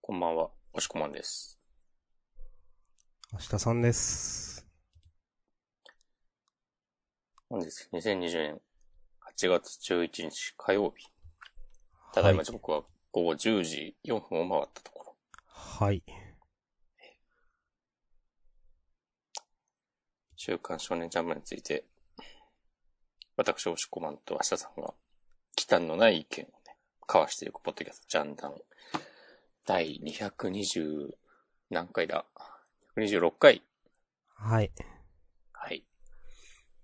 こんばんは、おしこまんです。明日さんです。本日、2020年8月11日火曜日。ただいま時刻は午後10時4分を回ったところ。はい。週刊少年ジャンプについて、私、おしこまんと明日さんが、忌憚のない意見をね、交わしていくポッドキャスト、ジャンダン。第220、何回だ ?126 回はい。はい。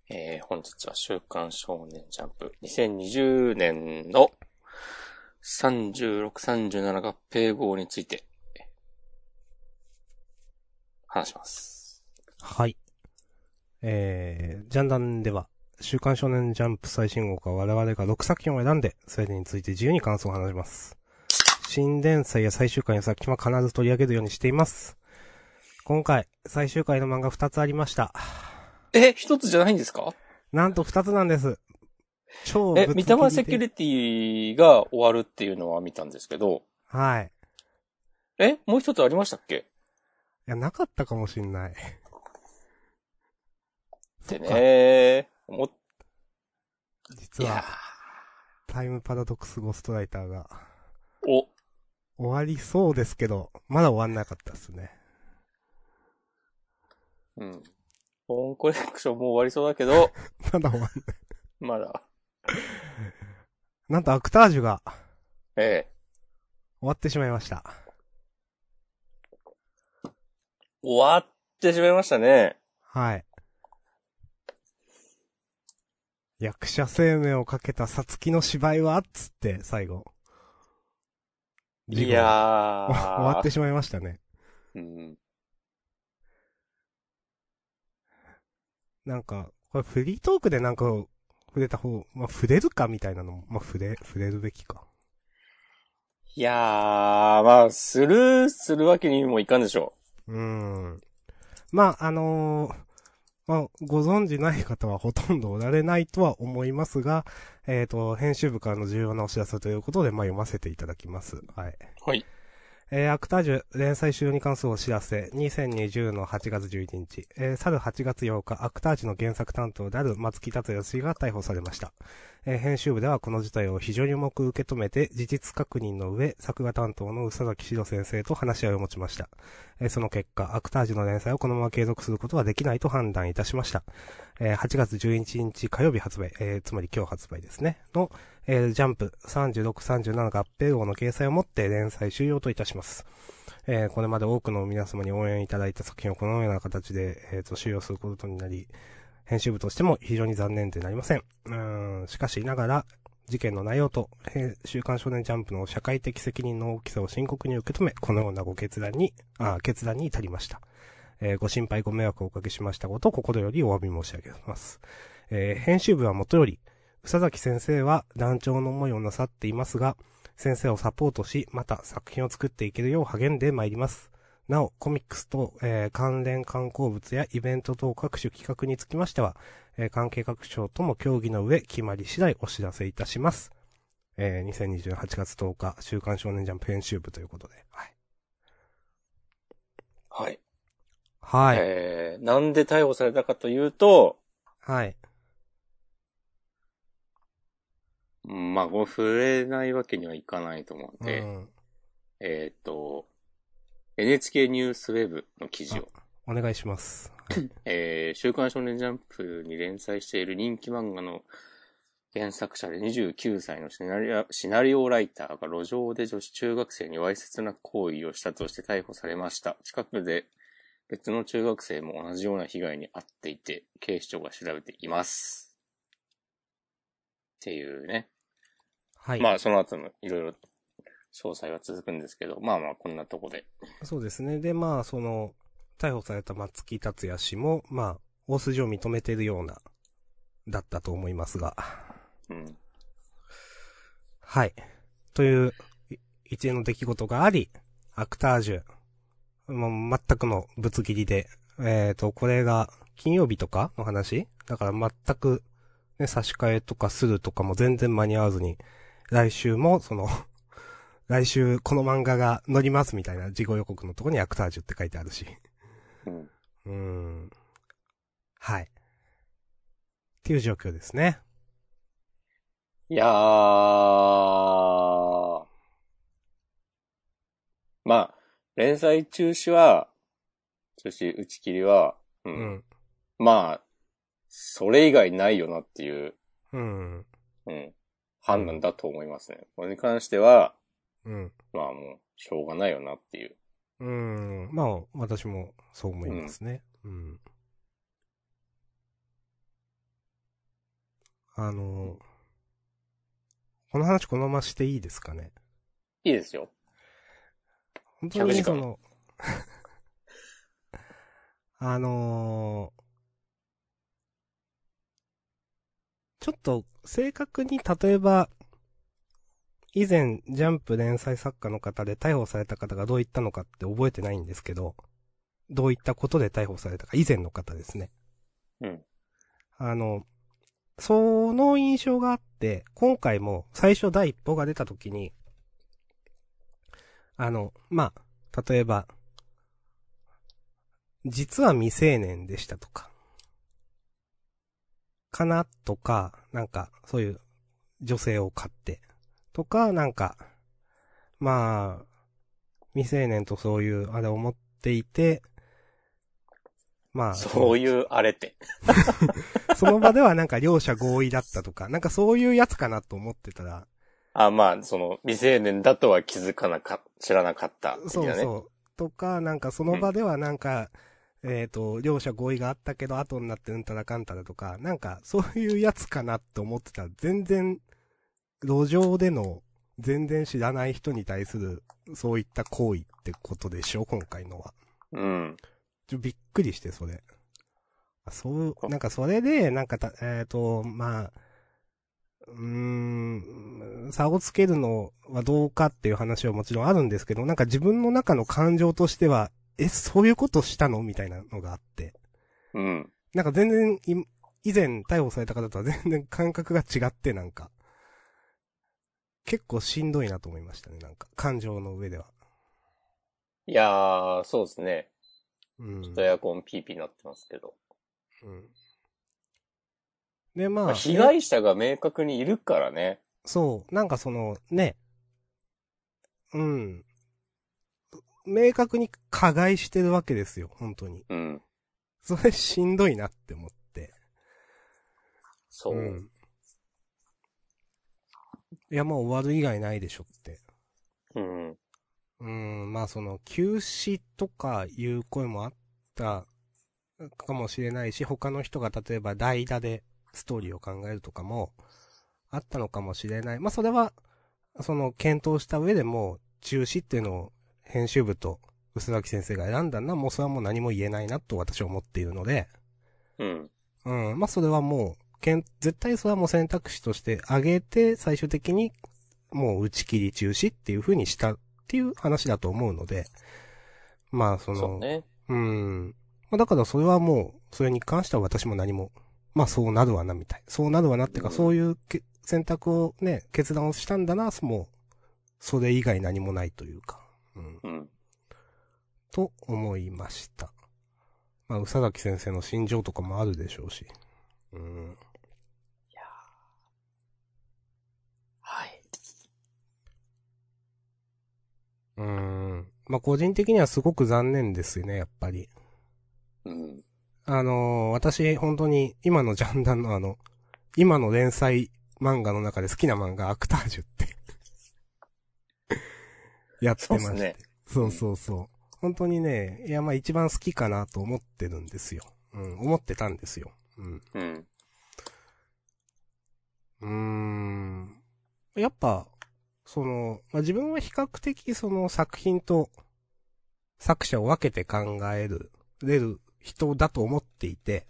えー、本日は週刊少年ジャンプ2020年の36、37合併号について話します。はい。えー、ジャンダンでは、週刊少年ジャンプ最新号から我々が6作品を選んで、それについて自由に感想を話します。新連載や最終回の作品は必ず取り上げるようにしています。今回、最終回の漫画2つありました。え、一つじゃないんですかなんと2つなんです。超え、ぶっ三つけマセキュリティが終わるっていうのは見たんですけど、はい。え、もう一つありましたっけいや、なかったかもしんない。ってそっかね。もっい実やは、タイムパラドックスゴーストライターが、ー、お、終わりそうですけど、まだ終わんなかったですね。 うん。本コレクションもう終わりそうだけど、まだ終わん、まだ、なんとアクタージュがええ終わってしまいました。終わってしまいましたね。はい。役者生命をかけたさつきの芝居はっつって、最後。事い故やおー。 終わってしまいましたね。うん。なんか、これフリートークでなんか、触れた方、まあ、触れるかみたいなのも、まあ、触れ、触れるべきか。いやー、まあ、スルーするわけにもいかんでしょうーん。まあ、あのーまあ、ご存知ない方はほとんどおられないとは思いますが、えっ、と、編集部からの重要なお知らせということで、まあ、読ませていただきます。はい。う。はい。えー、アクタージュ連載終了に関するお知らせ、2020の8月11日、えー、去る8月8日、アクタージュの原作担当である松木達也氏が逮捕されました。えー、編集部ではこの事態を非常に重く受け止めて、事実確認の上、作画担当の宇佐崎史郎先生と話し合いを持ちました。えー、その結果、アクタージュの連載をこのまま継続することはできないと判断いたしました。えー、8月11日火曜日発売、えー、つまり今日発売ですね、の、えージャンプ36、37合併号の掲載をもって連載終了といたします。えーこれまで多くの皆様に応援いただいた作品をこのような形で、えーと、終了することになり、編集部としても非常に残念でなりません。うーん、しかしながら、事件の内容と、えー週刊少年ジャンプの社会的責任の大きさを深刻に受け止め、このようなご決断に、あー決断に至りました。えーご心配ご迷惑をおかけしましたことを心よりお詫び申し上げます。えー編集部はもとより、宇佐崎先生は団長の思いをなさっていますが、先生をサポートし、また作品を作っていけるよう励んでまいります。なお、コミックスと、えー関連観光物やイベント等各種企画につきましては、えー関係各省とも協議の上、決まり次第お知らせいたします。えー2020年8月10日、週刊少年ジャンプ編集部ということで。はい。はい。はい。えー、なんで逮捕されたかというと、はい。うんまあ、これ触れないわけにはいかないと思うんで、うん。えーっと、NHK ニュースウェブの記事を、お願いします。えー、週刊少年ジャンプに連載している人気漫画の原作者で29歳のシナリオシナリオライターが路上で女子中学生にわいせつな行為をしたとして逮捕されました。近くで別の中学生も同じような被害に遭っていて、警視庁が調べています。っていうね。はい。まあ、その後もいろいろ詳細は続くんですけど、まあまあ、こんなとこで。そうですね。で、まあ、その、逮捕された松木達也氏も、まあ、大筋を認めているような、だったと思いますが。うん。はい。という、い一連の出来事があり、アクタージュ、もう全くのぶつ切りで、えっ、と、これが金曜日とかの話だから全く、ね、差し替えとかするとかも全然間に合わずに、来週も、その、 来週この漫画が載りますみたいな事後予告のとこにアクタージュって書いてあるし。うん。うーん。はい。っていう状況ですね。いやー。まあ、連載中止は、中止打ち切りは、う。うんん。まあ、それ以外ないよなっていう、うん。うん。判断だと思いますね。これに関しては、うん。まあもう、しょうがないよなっていう。うん。まあ、私もそう思いますね。うん。あの、この話このまましていいですかねいいですよ。本当にそ100の、 あのーちょっと正確に例えば、以前ジャンプ連載作家の方で逮捕された方がどう言ったのかって覚えてないんですけど、どういったことで逮捕されたか、以前の方ですね。うん。あの、その印象があって、今回も最初第一報が出た時に、あの、まあ、例えば、実は未成年でしたとか、かなとか、なんか、そういう女性を買って、とか、なんか、まあ、未成年とそういう、あれを持っていて、まあ、そういうあれって。その場ではなんか両者合意だったとか、なんかそういうやつかなと思ってたら、あ、まあ、その、未成年だとは気づかなか、知らなかった、的そうなね。そう。とか、なんかその場ではなんか、えっ、と、両者合意があったけど、後になってうんたらかんたらとか、なんかそういうやつかなって思ってたら、全然、路上での、全然知らない人に対する、そういった行為ってことでしょ、今回のは。うん。ちょ、びっくりして、それ。あそう、なんかそれで、なんかた、えっ、と、まあ、うーん、差をつけるのはどうかっていう話はもちろんあるんですけど、なんか自分の中の感情としては、え、そういうことしたのみたいなのがあって。うん。なんか全然い、以前逮捕された方とは全然感覚が違って、なんか。結構しんどいなと思いましたね、なんか。感情の上では。いやー、そうですね。うん。ちょっとエアコンピーピーになってますけど。うん、で、ままあ。あ、被害者が明確にいるからね。そう、なんかその、ね、うん。明確に加害してるわけですよ、本当に。うん。それしんどいなって思って。そう。ん。いや、もう終わる以外ないでしょって。うん。うん、まあその、休止とかいう声もあったかもしれないし、他の人が例えば代打でストーリーを考えるとかもあったのかもしれない。まあそれは、その、検討した上でもう中止っていうのを編集部と薄垣先生が選んだのはもうそれはもう何も言えないなと私は思っているので、うん。うん。まあ、それはもう、けん、絶対それはもう選択肢として上げて、最終的に、もう打ち切り中止っていう風にしたっていう話だと思うので、まあ、その、そうね。うん。まあ、だからそれはもう、それに関しては私も何も、まあ、そうなるわな、みたい。そうなるわなっていうか、うんそういうけ選択をね、決断をしたんだな、もう、それ以外何もないというか、うん。うん。と思いました。まあ、宇佐崎先生の心情とかもあるでしょうし。うん。はい。うーん。まあ、個人的にはすごく残念ですよね、やっぱり。うん。あのー私、本当に、今のジャンダンのあの、今の連載漫画の中で好きな漫画、アクタージュって、 やってそうまでしすて。ね。そうそうそう。本当にね、いや、まあ一番好きかなと思ってるんですよ。うん、思ってたんですよ。うん。うん。うーん。やっぱ、その、まあ、自分は比較的その作品と作者を分けて考える、れる人だと思っていて、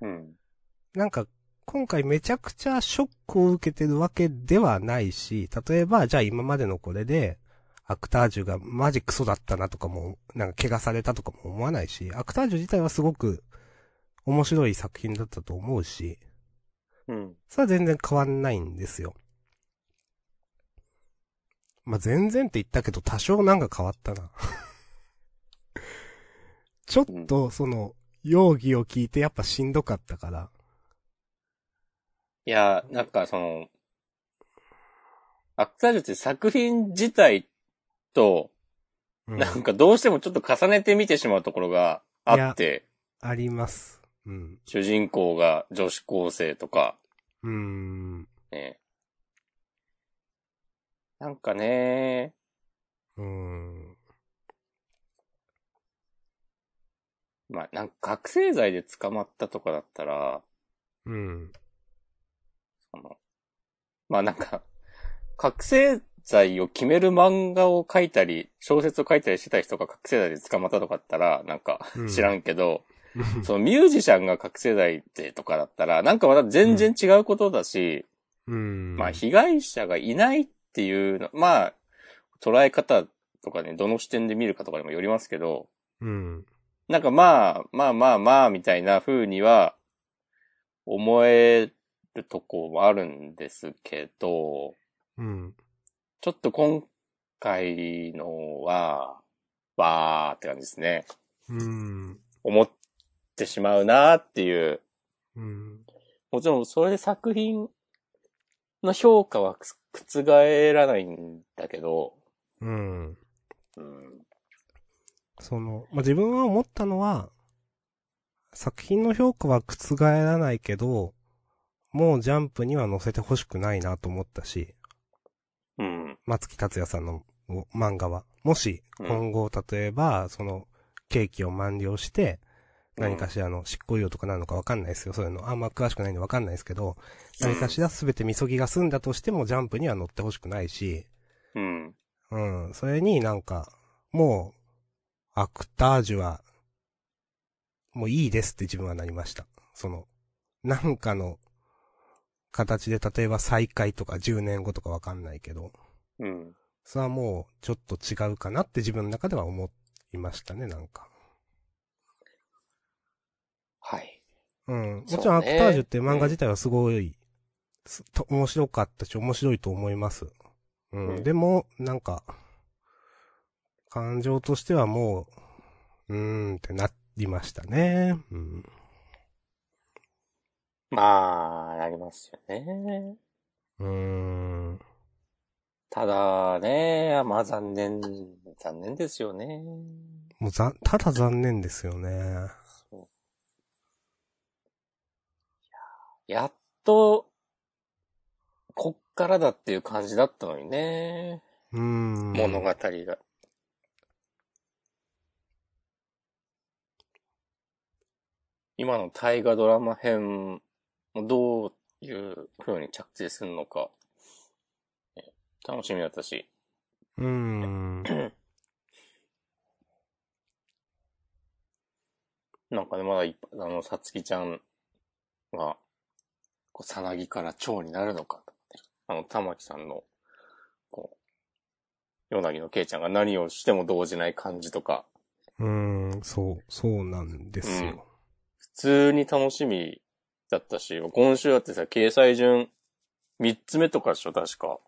うん。なんか今回めちゃくちゃショックを受けてるわけではないし、例えばじゃあ今までのこれで、アクタージュがマジクソだったなとかも、なんか怪我されたとかも思わないし、アクタージュ自体はすごく面白い作品だったと思うし、うん。それは全然変わんないんですよ。まあ、全然って言ったけど、多少なんか変わったな。 ちょっと、その、容疑を聞いてやっぱしんどかったから。いや、なんかその、アクタージュって作品自体と、うんなんかどうしてもちょっと重ねて見てしまうところがあって、あります。うん。主人公が女子高生とか、うーん。ね。なんかね、うーん。まあ、なんか覚醒剤で捕まったとかだったら、うん。その、まあなんか、覚醒剤を決める漫画を書いたり、小説を書いたりしてた人が覚醒剤で捕まったとかだったら、なんかうん知らんけど、そのミュージシャンが覚醒剤でとかだったら、なんかまた全然違うことだし、うん。まあ、被害者がいないっていうの、まあ、捉え方とかね、どの視点で見るかとかにもよりますけど、うん。なんかまあ、まあまあまあ、みたいな風には、思えるとこもあるんですけど、うん。ちょっと今回のは、わーって感じですね。うん。思ってしまうなーっていう。うん。もちろん、それで作品の評価は覆らないんだけど、うん。うん。その、まあ、自分は思ったのは、作品の評価は覆らないけど、もうジャンプには載せてほしくないなと思ったし、うん。松木達也さんのお漫画は。もし、うん今後、例えば、その、刑期を満了して、うん何かしらの執行猶予とかなのかわかんないですよ、そういうの。あんま詳しくないんでわかんないですけど、何かしら全てみそぎが済んだとしてもジャンプには載ってほしくないし、うん。うん。それになんか、もう、アクタージュは、もういいですって自分はなりました。その、なんかの形で、例えば再開とか10年後とかわかんないけど、うん。それはもうちょっと違うかなって自分の中では思いましたね、なんか。はい。うん。もそうねちろんアクタージュって漫画自体はすごい、すと面白かったし、面白いと思います。うん。うんでも、なんか、感情としてはもう、うーんってなりましたね。うん。まあ、なりますよね。うーん。ただね、まあ残念、残念ですよね。もうざ、ただ残念ですよね。そういややっと、こっからだっていう感じだったのにね。うーん。物語が。今の大河ドラマ編もどういう風に着地するのか、ね楽しみだったし。うーん。なんかね、まだいっぱい、あの、さつきちゃんは、こう、さなぎから蝶になるのかとかね、あの、玉木さんの、こう、ヨナギのけいちゃんが何をしても動じない感じとか、うーん。そう、そうなんですよ。普通に楽しみだったし、今週だってさ、掲載順3つ目とかでしょ、確か。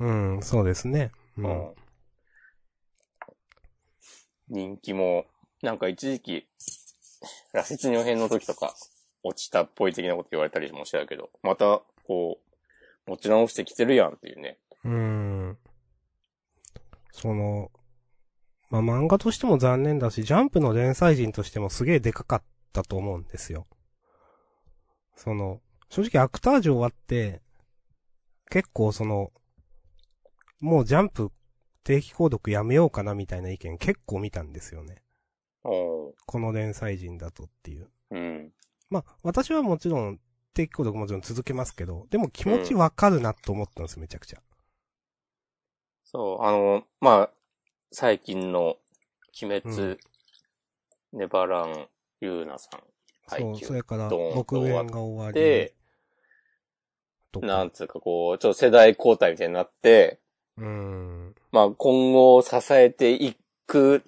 うん、そうですね。うん。人気も、なんか一時期、羅刹尿編の時とか、落ちたっぽい的なこと言われたりもしてたけど、また、こう、持ち直してきてるやんっていうね。うーん。その、まあ、漫画としても残念だし、ジャンプの連載人としてもすげえでかかったと思うんですよ。その、正直アクタージュ終わって、結構その、もうジャンプ定期購読やめようかなみたいな意見結構見たんですよね。おこの連載人だとっていう。うん。まあ、私はもちろん、定期購読もちろん続けますけど、でも気持ちわかるなと思ったんですよ、めちゃくちゃ。そう、あの、まあ、最近の、鬼滅、ネバラン、ユーナさん、配そう、給それから、ドーン僕と終わ演っが終わりで、、となか。んつうかこう、ちょっと世代交代みたいになって、うーん。まあ今後を支えていく、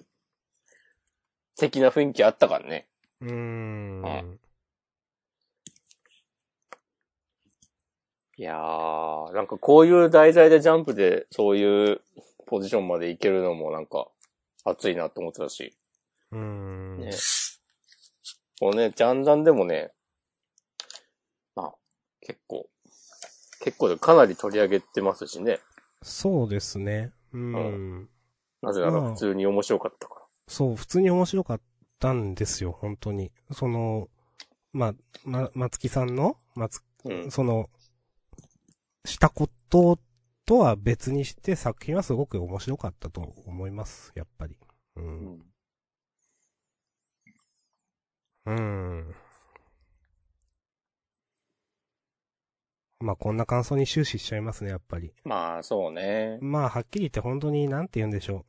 的な雰囲気あったからね。うーん。いやー、なんかこういう題材でジャンプでそういうポジションまでいけるのもなんか、熱いなって思ってたし。うーん。ね。このね、ジャンジャンでもね、まあ、結構、結構でかなり取り上げてますしね。そうですね。うん。なぜならうん普通に面白かったかそう、普通に面白かったんですよ、本当に。その、まあ、ま、松木さんの、松ら。うん。その、したこととは別にして作品はすごく面白かったと思います、やっぱり。う。うんんうん。まあこんな感想に終始しちゃいますね、やっぱり。まあ、そうね。まあはっきり言って本当になんて言うんでしょ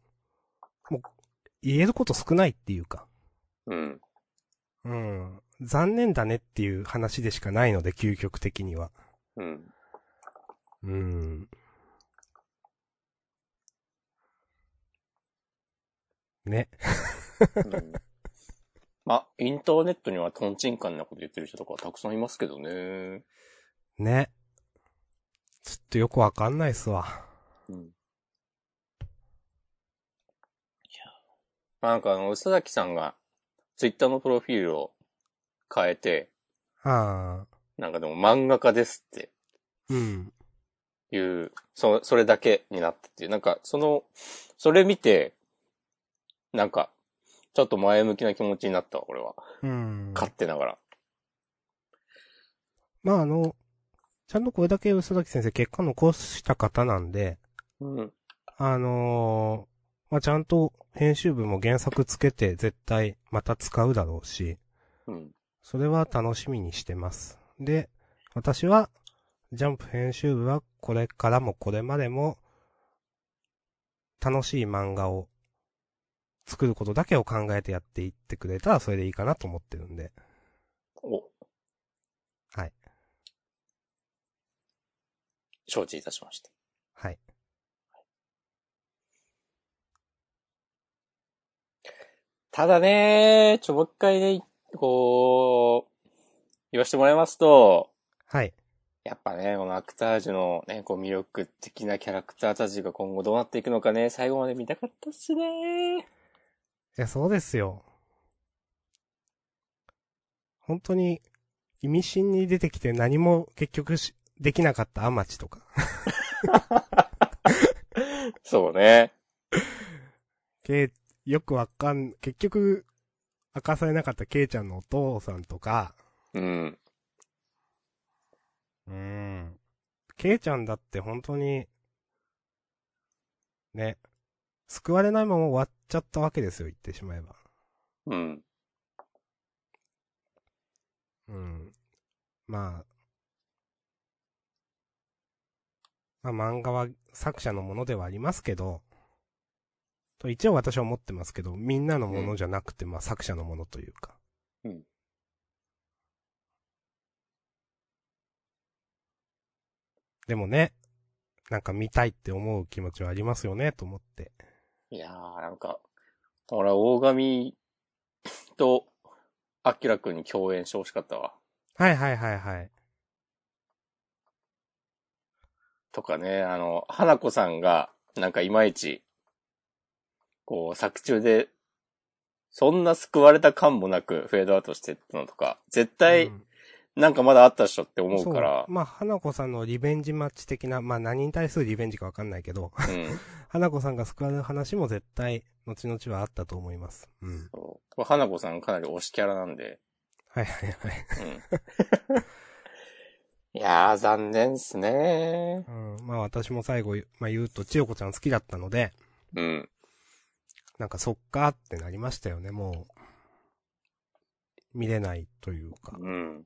う。もう、言えること少ないっていうか。うん。うん。残念だねっていう話でしかないので、究極的には。うん。うん。ね。うんまあ、インターネットにはトンチンカンなこと言ってる人とかたくさんいますけどね。ね。ちょっとよくわかんないっすわ。うん。いや。まあ、なんかあの、須崎さんが、ツイッターのプロフィールを変えて、ああ。なんかでも漫画家ですってうん。いう、そ、それだけになったっていう。なんか、その、それ見て、なんか、ちょっと前向きな気持ちになったわ、俺は。うん。勝手ながら。まああの、ちゃんとこれだけ嘘崎先生結果残した方なんで、うん。あのーまあちゃんと編集部も原作つけて絶対また使うだろうし、うん。それは楽しみにしてます。で、私は、ジャンプ編集部はこれからもこれまでも、楽しい漫画を作ることだけを考えてやっていってくれたらそれでいいかなと思ってるんで。お。はい。承知いたしました。はい。ただね、ちょ、もう一回ね、こう、言わせてもらいますと、はい。やっぱね、このアクタージュのね、こう魅力的なキャラクターたちが今後どうなっていくのかね、最後まで見たかったっすね。いや、そうですよ。本当に、意味深に出てきて何も結局し、できなかったアマチとか。そうね。けいよくわかん、結局、明かされなかったケイちゃんのお父さんとか、うん。うん。ケイちゃんだって本当に、ね、救われないまま終わっちゃったわけですよ、言ってしまえば。うん。うん。まあ、まあ漫画は作者のものではありますけど、と一応私は思ってますけど、みんなのものじゃなくて、まあ作者のものというか。うん。でもね、なんか見たいって思う気持ちはありますよね、と思って。いやー、なんか、俺は大神と、アキラくんに共演してほしかったわ。はいはいはいはい。とかね、あの、花子さんが、なんかいまいち、こう、作中で、そんな救われた感もなくフェードアウトしてったのとか、絶対うんなんかまだあったっしょって思うからそ、まあ、花子さんのリベンジマッチ的な、まあ何に対するリベンジかわかんないけど、うん。花子さんが救われる話も絶対、後々はあったと思います。うそん。うこれ花子さんかなり推しキャラなんで、はいはいはい。うん。いやー、残念っすねうん、まあ私も最後、まあ言うと、千代子ちゃん好きだったので、うん。なんかそっかってなりましたよね、もう。見れないというか。うん。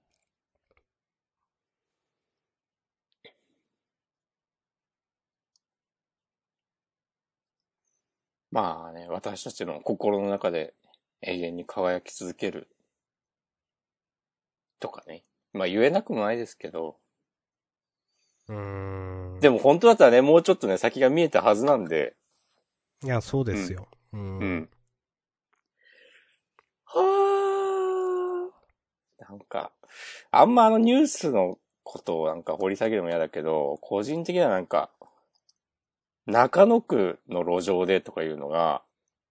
まあね、私たちの心の中で永遠に輝き続ける。とかね。まあ言えなくもないですけど。うーん。でも。も本当だったらね、もうちょっとね、先が見えたはずなんで。いや、そうですよ。うん。うん。はあ。なんか、あんまあのニュースのことをなんか掘り下げるのも嫌だけど、個人的にはなんか、中野区の路上でとかいうのが、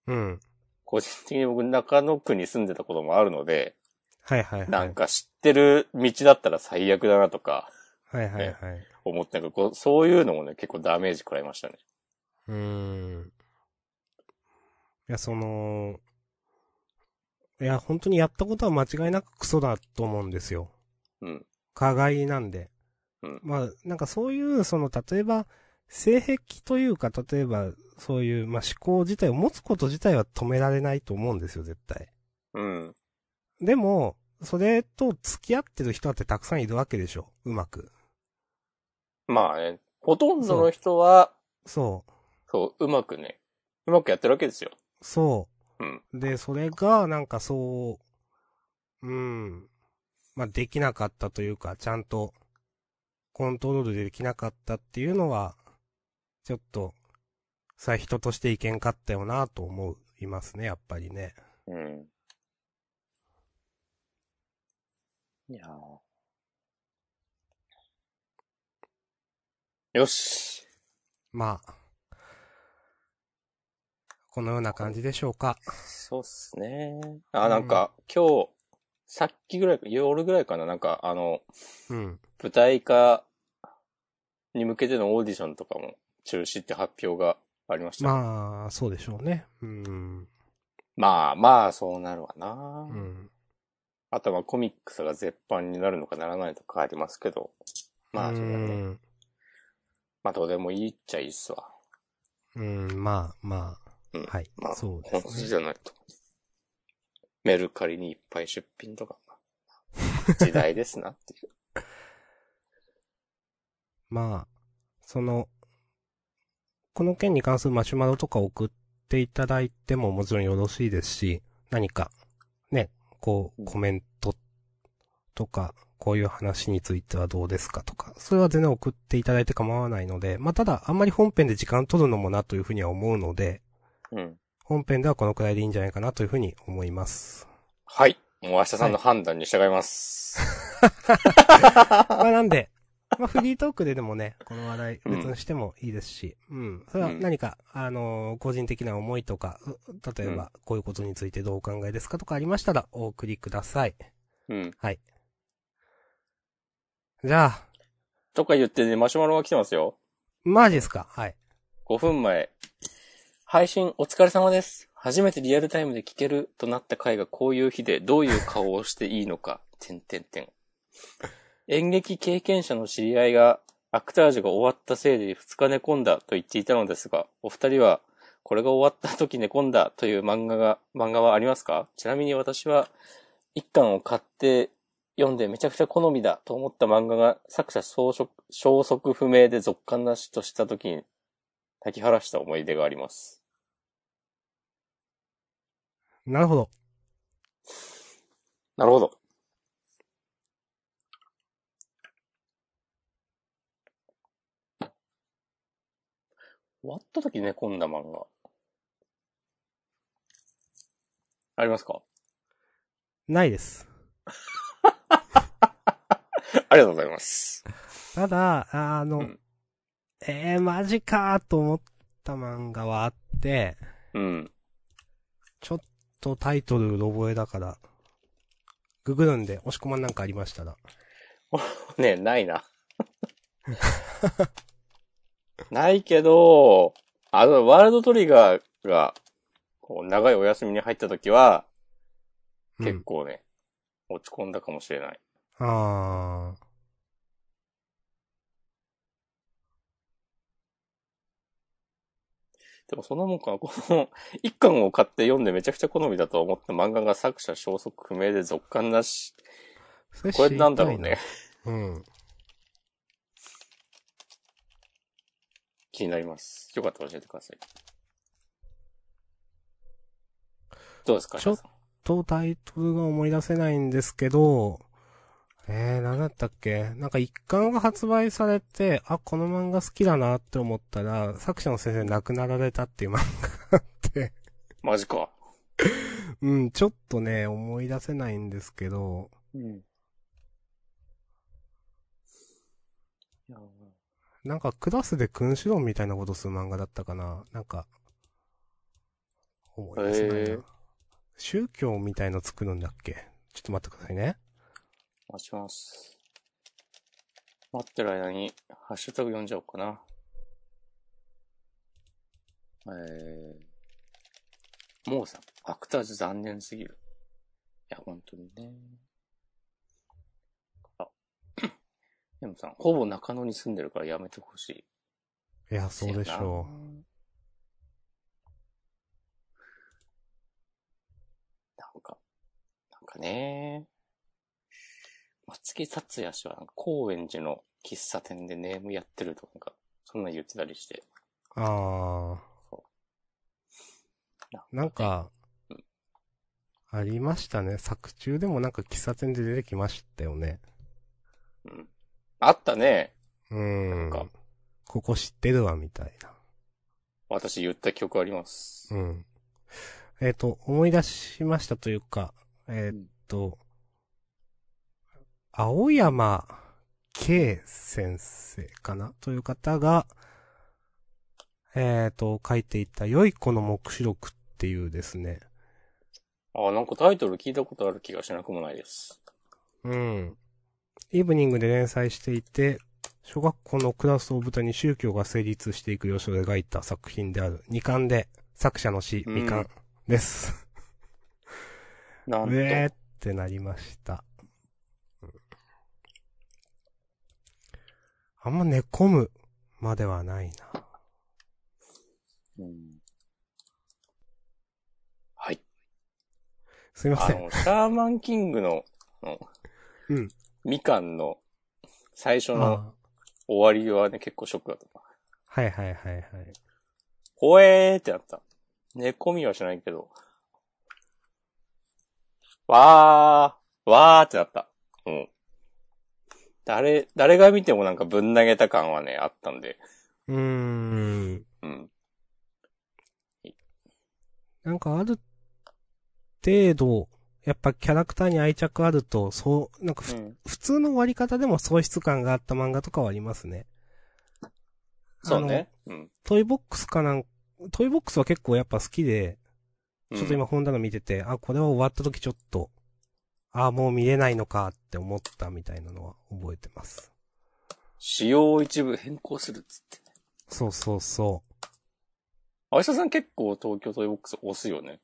うん。個人的に僕中野区に住んでたこともあるので、はいはいはい。なんか知ってる道だったら最悪だなとかはいはいはい。思って、なんかこう、そういうのもね、結構ダメージ食らいましたね。うーん。いや、その、いや、本当にやったことは間違いなくクソだと思うんですよ。うん。加害なんで。うんまあ、なんかそういう、その、例えば、性癖というか、例えば、そういう、まあ、思考自体を持つこと自体は止められないと思うんですよ、絶対。うん。でも、それと付き合ってる人だってたくさんいるわけでしょ、うまく。まあね、ほとんどの人は、そそう、うまくね、うまくやってるわけですよ。う。そうん。う。で、それが、なんかそう、うん。まあ、できなかったというか、ちゃんと、コントロールできなかったっていうのは、ちょっと、さ、人としていけんかったよなと思いますね、やっぱりね。うん。いやーよし。まあ、このような感じでしょうか。そうっすね。あ、なんか、今日、さっきぐらい、夜ぐらいかな、なんか、あの、うん。舞台化に向けてのオーディションとかも中止って発表がありましたね。まあ、そうでしょうね。うん。まあまあ、そうなるわなう。ん。あとはコミックスが絶版になるのかならないとかありますけど。まあ、そうれはね。ん。まあ、どうでもいいっちゃいいっすわ。うん、まあ、まうんあ、はいまあ。そう本です筋ね。じゃないと。メルカリにいっぱい出品とか。時代ですなっていう。まあ、その、この件に関するマシュマロとか送っていただいてももちろんよろしいですし、何か、ね、こう、コメントとか、こういう話についてはどうですかとか、それは全然送っていただいて構わないので、まあただ、あんまり本編で時間取るのもなというふうには思うので、 うん。本編ではこのくらいでいいんじゃないかなというふうに思います。はい。もう明日さんの判断に従います。まあなんで、まあフリートークででもね、この話題別にしてもいいですし、うん。それは何か、あのー個人的な思いとか、う例えばこういうことについてどうお考えですかとかありましたらお送りください。うん。じゃあ、とか言ってね、マシュマロが来てますよ。マジですかはい。 5分前。配信お疲れ様です。初めてリアルタイムで聞けるとなった回がこういう日でどういう顔をしていいのか、 てんてんてん。演劇経験者の知り合いが、アクタージュが終わったせいで2日寝込んだと言っていたのですが、お二人は、これが終わった時寝込んだという漫画が、漫画はありますかちなみに私は、一巻を買って読んでめちゃくちゃ好みだと思った漫画が作者消息消息不明で続刊なしとした時に泣き晴らした思い出があります。なるほど。なるほど。終わった時寝込んだ漫画。ありますかないです。ありがとうございます。ただ、あの、うんえー、マジかーと思った漫画はあって、うん。ちょっとタイトルうろ覚えだから、ググるんで、押し込まんなんかありましたら。ねえ、ないな。 ないけど、あの、ワールドトリガーが、こう、長いお休みに入った時は、うん結構ね、落ち込んだかもしれない。ああ。でもそんなもんかな。この、 一巻を買って読んでめちゃくちゃ好みだと思った漫画が作者消息不明で続刊なし。それこれなんだろうね。。うん。気になります。よかったら教えてください。どうですかちょ皆さんとタイトルが思い出せないんですけど、えー、何だったっけなんか一巻が発売されて、あ、この漫画好きだなって思ったら、作者の先生亡くなられたっていう漫画があって、マジか。うん、ちょっとね、思い出せないんですけど、うん。なんかクラスで君主論みたいなことする漫画だったかな。なんか、思い出せないな。へー宗教みたいの作るんだっけちょっと待ってくださいね。待ちます。待ってる間に、ハッシュタグ読んじゃおうかな。えー、もうさん、アクターズ残念すぎる。いや、本当にね。あ、 でもさん、ほぼ中野に住んでるからやめてほしい。いや、そうでしょなんか、なんかね、松木達也氏はなんか高円寺の喫茶店でネームやってるとか、なんか、そんな言ってたりして。う。あー。なんか、ありましたね。作中でもなんか喫茶店で出てきましたよね。うん。あったね。うなんん。か、ここ知ってるわ、みたいな。私言った記憶あります。うん。えっ、と、思い出しましたというか、えっ、と、青山圭先生かなという方が、えっ、と、書いていた良い子の目視録っていうですね。あ、なんかタイトル聞いたことある気がしなくもないです。うん。イブニングで連載していて、小学校のクラスを舞台に宗教が成立していく様子を描いた作品である。2巻で、作者の詩、うん2巻です。なんと。うえーってなりました。あんま寝込むまではないな。うんはい。すいまあせん。の、シャーマンキングの、あのうん。みかんの最初のあ終わりはね、結構ショックだったな。はいはいはいはい。ほえーってなった。寝込みはしないけど。わー、わーってなった。うん。誰、誰が見てもなんかぶん投げた感はね、あったんで。うーん。うん。なんかある程度、やっぱキャラクターに愛着あると、そう、なんかふ、うん。普通の終わり方でも喪失感があった漫画とかはありますね。そうね。うん。あの。トイボックスかなんトイボックスは結構やっぱ好きで、うんちょっと今本棚見てて、あ、これは終わった時ちょっと、あ、もう見れないのかって思ったみたいなのは覚えてます。仕様を一部変更するっつって。そうそうそあいささん結構東京トイボックス押すよね。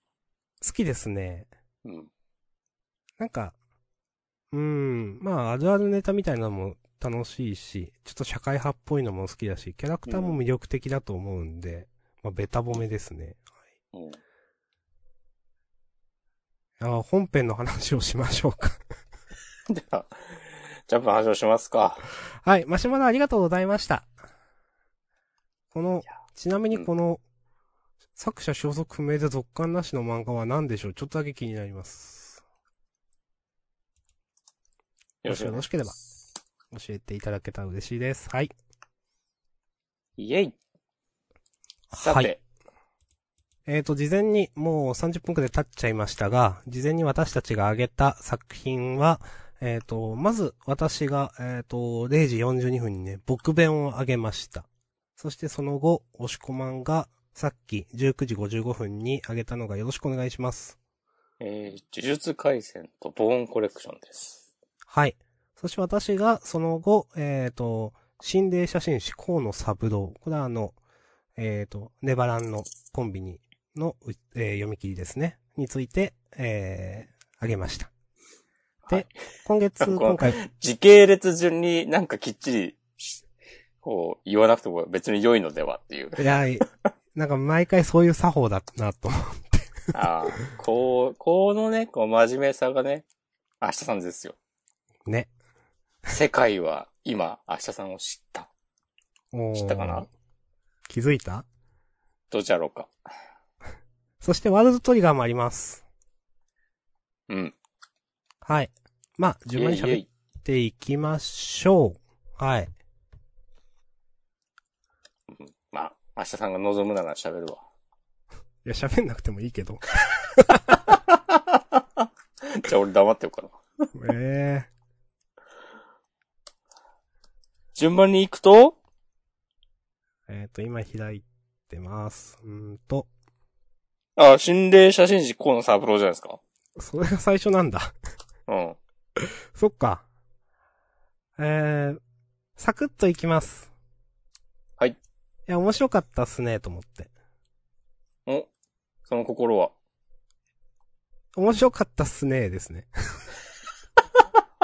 う。好きですね。うん。なんか、うーん、まあ、あるあるネタみたいなのも楽しいし、ちょっと社会派っぽいのも好きだし、キャラクターも魅力的だと思うんで、まあ、ベタ褒めですね。うんあ、本編の話をしましょうか。では、ジャンプの話をしますか。はい、マシュマロありがとうございました。この、ちなみにこの、作者消息不明で続刊なしの漫画は何でしょうちょっとだけ気になります。よろしくおよ願ろいししけれまばす。教えていただけたら嬉しいです。はい。イェイさて、はいえーと、事前に、もう30分くらい経っちゃいましたが、事前に私たちが挙げた作品は、えーと、まず私が、えーと、0時42分にね、僕弁を挙げました。そしてその後、押し込まんが、さっき19時55分に挙げたのがよろしくお願いします。えー、呪術回戦とボーンコレクションです。はい。そして私が、その後、えーと、心霊写真師河野三郎。これはあの、えーと、ネバランのコンビニのう、えー読み切りですね。について、えー、あげました。ではい今月、こう今回、時系列順になんかきっちり、こう、言わなくても別に良いのではっていう。いや、いなんか毎回そういう作法だなと。ああ、 こう、このね、こう真面目さがね、明日さんですよ。ね。世界は今、明日さんを知った。おー知ったかな気づいたどうじゃろうか。そしてワールドトリガーもあります。うん。はい。まあ、順番にイェイイェ喋っイていきましょう。はい。まあ、明日さんが望むなら喋るわ。いや、喋んなくてもいいけど。じゃあ俺黙ってようかな。ええ順番に行くと、えっ、と、今開いてます。うーんと、あ、心霊写真師河野三郎じゃないですか。それが最初なんだ。 うん。そっか。えー、サクッといきます。はいいや、面白かったっすね、と思って。お、その心は。面白かったっすね、ですね。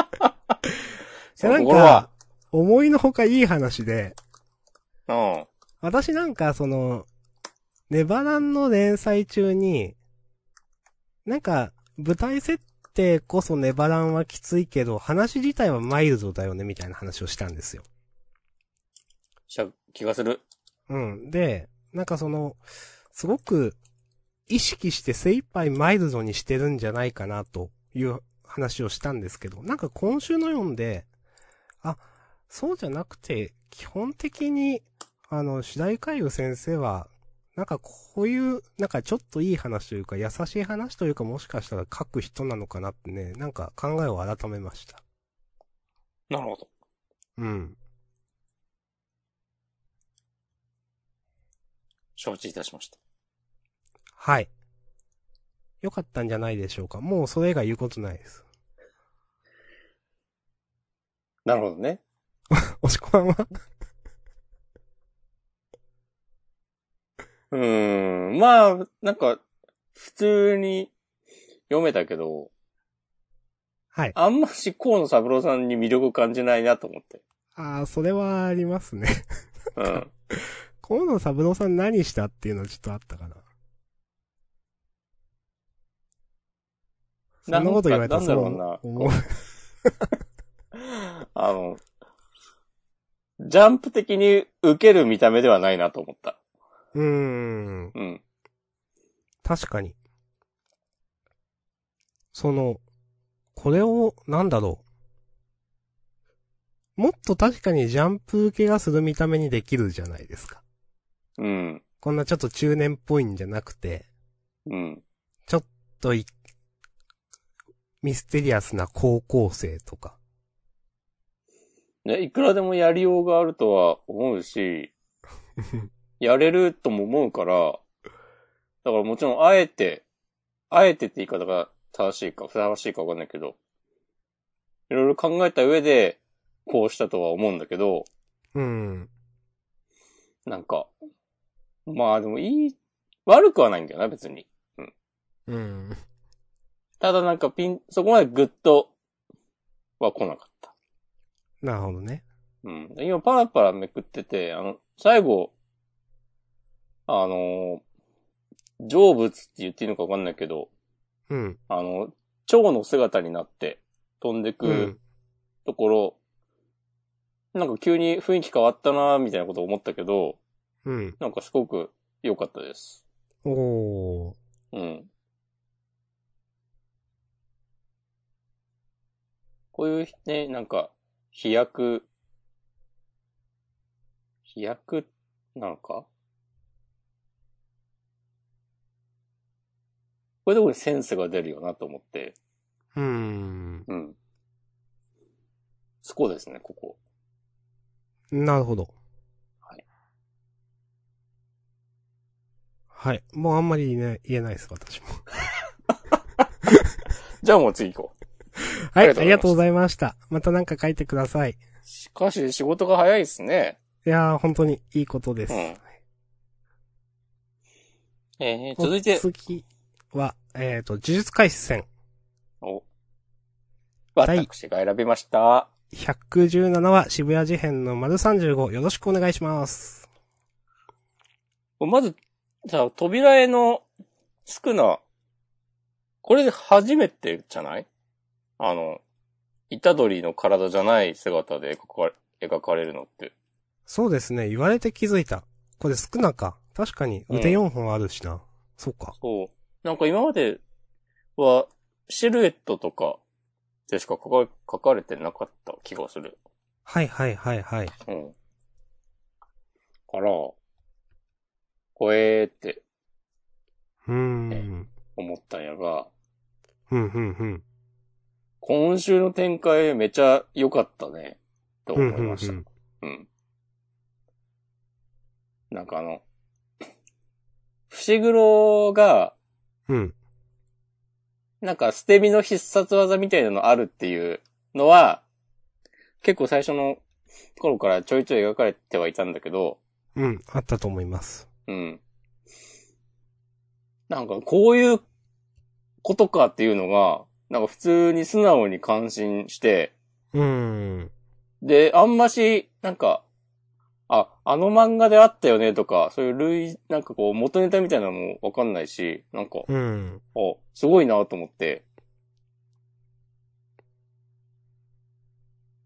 いそのや、なん心はか。、思いのほかいい話で、うん。私なんかその、ネバランの連載中に、なんか、舞台設定こそネバランはきついけど、話自体はマイルドだよね、みたいな話をしたんですよ。した気がする。うん。で、なんかその、すごく、意識して精一杯マイルドにしてるんじゃないかな、という話をしたんですけど、なんか今週の読んで、あ、そうじゃなくて、基本的に、あの、白井海優先生は、なんかこういう、なんかちょっといい話というか、優しい話というか、もしかしたら書く人なのかなってね、なんか考えを改めました。なるほど。うん。承知いたしました。はい。よかったんじゃないでしょうか。もうそれ以外言うことないです。なるほどね。おしこまんはうーん。まあ、なんか、普通に読めたけど、はい。あんまし河野三郎さんに魅力を感じないなと思って。ああ、それはありますね。 うん。河野三郎さん何したっていうのはちょっとあったかな。そんなこと言われたらなんかなんだろうなそう思うあの、ジャンプ的に受ける見た目ではないなと思った。うーん。うん。確かに。その、これを、なんだろう。もっと確かにジャンプ受けがする見た目にできるじゃないですか。うん。こんなちょっと中年っぽいんじゃなくて、うん。ちょっとい、ミステリアスな高校生とか。ね、いくらでもやりようがあるとは思うし、やれるとも思うから、だからもちろん、あえて、あえてって言い方が正しいか、ふさわしいかわかんないけど、いろいろ考えた上で、こうしたとは思うんだけど、うん。なんか、まあでもいい、悪くはないんだよな、別に。うん。ただなんかピン、そこまでグッとは来なかった。なるほどね。うん。今パラパラめくってて、あの、最後、あのー、成仏って言っていいのかわかんないけど、うん。あの、蝶の姿になって飛んでうくん。ところ、なんか急に雰囲気変わったなーみたいなこと思ったけど、うん。なんかすごく良かったです。おー。うん。こういうね、なんか、飛躍、飛躍なのかこういうところにセンスが出るよなと思って。うん。うん。そこですね、ここ。なるほど。はい。はい。もうあんまりね、言えないです、 私も。じゃあもう次行こう。はい。あありりががととううごございました。またなんか書いてください。しかし、仕事が早いですね。いやー、本当にいいことです。うんえー、続いて、次は、えっ、と、呪術回戦お。私が選びました。 117話渋谷事変の丸35よろしくお願いします。まず、さ、扉絵のスクナ、これで初めてじゃないあの、イタドリの体じゃない姿で描かれ、描かれるのって。そうですね。言われて気づいた。これ少なか。確かに腕4本あるしな。そうか。そう。なんか今までは、シルエットとかでしか描か描かれてなかった気がする。はいはいはいはい。うん。から、怖えーってうーん。思ったんやが、うんうんうん。今週の展開めちゃ良かったね、とうん思ういんうました。ん。うん。なんかあの、伏黒が、うん。なんか捨て身の必殺技みたいなのあるっていうのは、結構最初の頃からちょいちょい描かれてはいたんだけど、うん。あったと思います。うん。なんかこういうことかっていうのが、なんか普通に素直に感心して、うーん。で、あんまし、なんか、あ、あの漫画であったよねとか、そういう類、なんかこう元ネタみたいなのもわかんないし、なんか、うん。あ、すごいなと思って。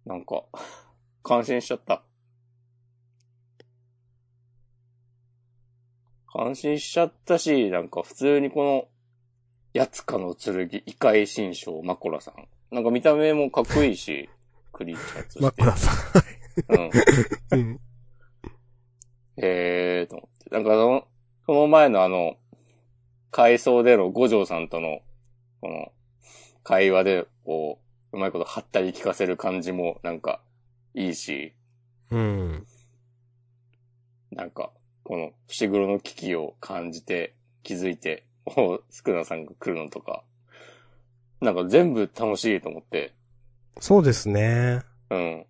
なんか、感心しちゃった。感心しちゃったし、なんか普通にこの、やつかの剣、異界新章、マコラさん。なんか見た目もかっこいいし、クリーチャーとマしてコ。ラさうん。 ん。うん。えーと思って。なんかその、その前のあの、回想での五条さんとの、この、会話で、こう、うまいこと張ったり聞かせる感じも、なんか、いいし、うん。なんか、この、伏黒の危機を感じて、気づいて、おスクナさんが来るのとか、なんか全部楽しいと思って、そうですね。うん。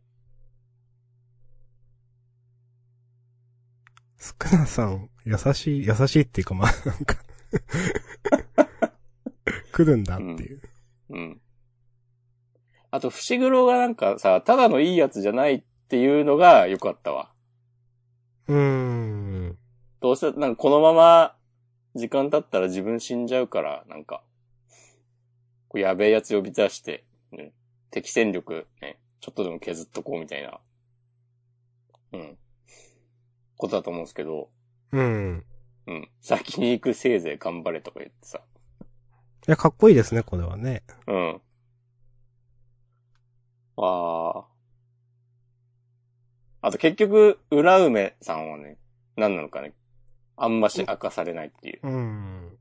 スクナさん、優しい、優しいっていうか、まあ、なんか、来るんだっていう。うん。あと、伏黒がなんかさ、ただのいいやつじゃないっていうのが良かったわ。うーん。どうせ、なんかこのまま、時間経ったら自分死んじゃうから、なんか、こうやべえやつ呼び出して、ね、敵戦力、ね、ちょっとでも削っとこうみたいな、うん、ことだと思うんですけど、うん。うん、先に行くせいぜい頑張れとか言ってさ、いや、かっこいいですね、これはね。うん。ああ。あと結局、裏梅さんはね、何なのかね、あんまし明かされないっていう。うん。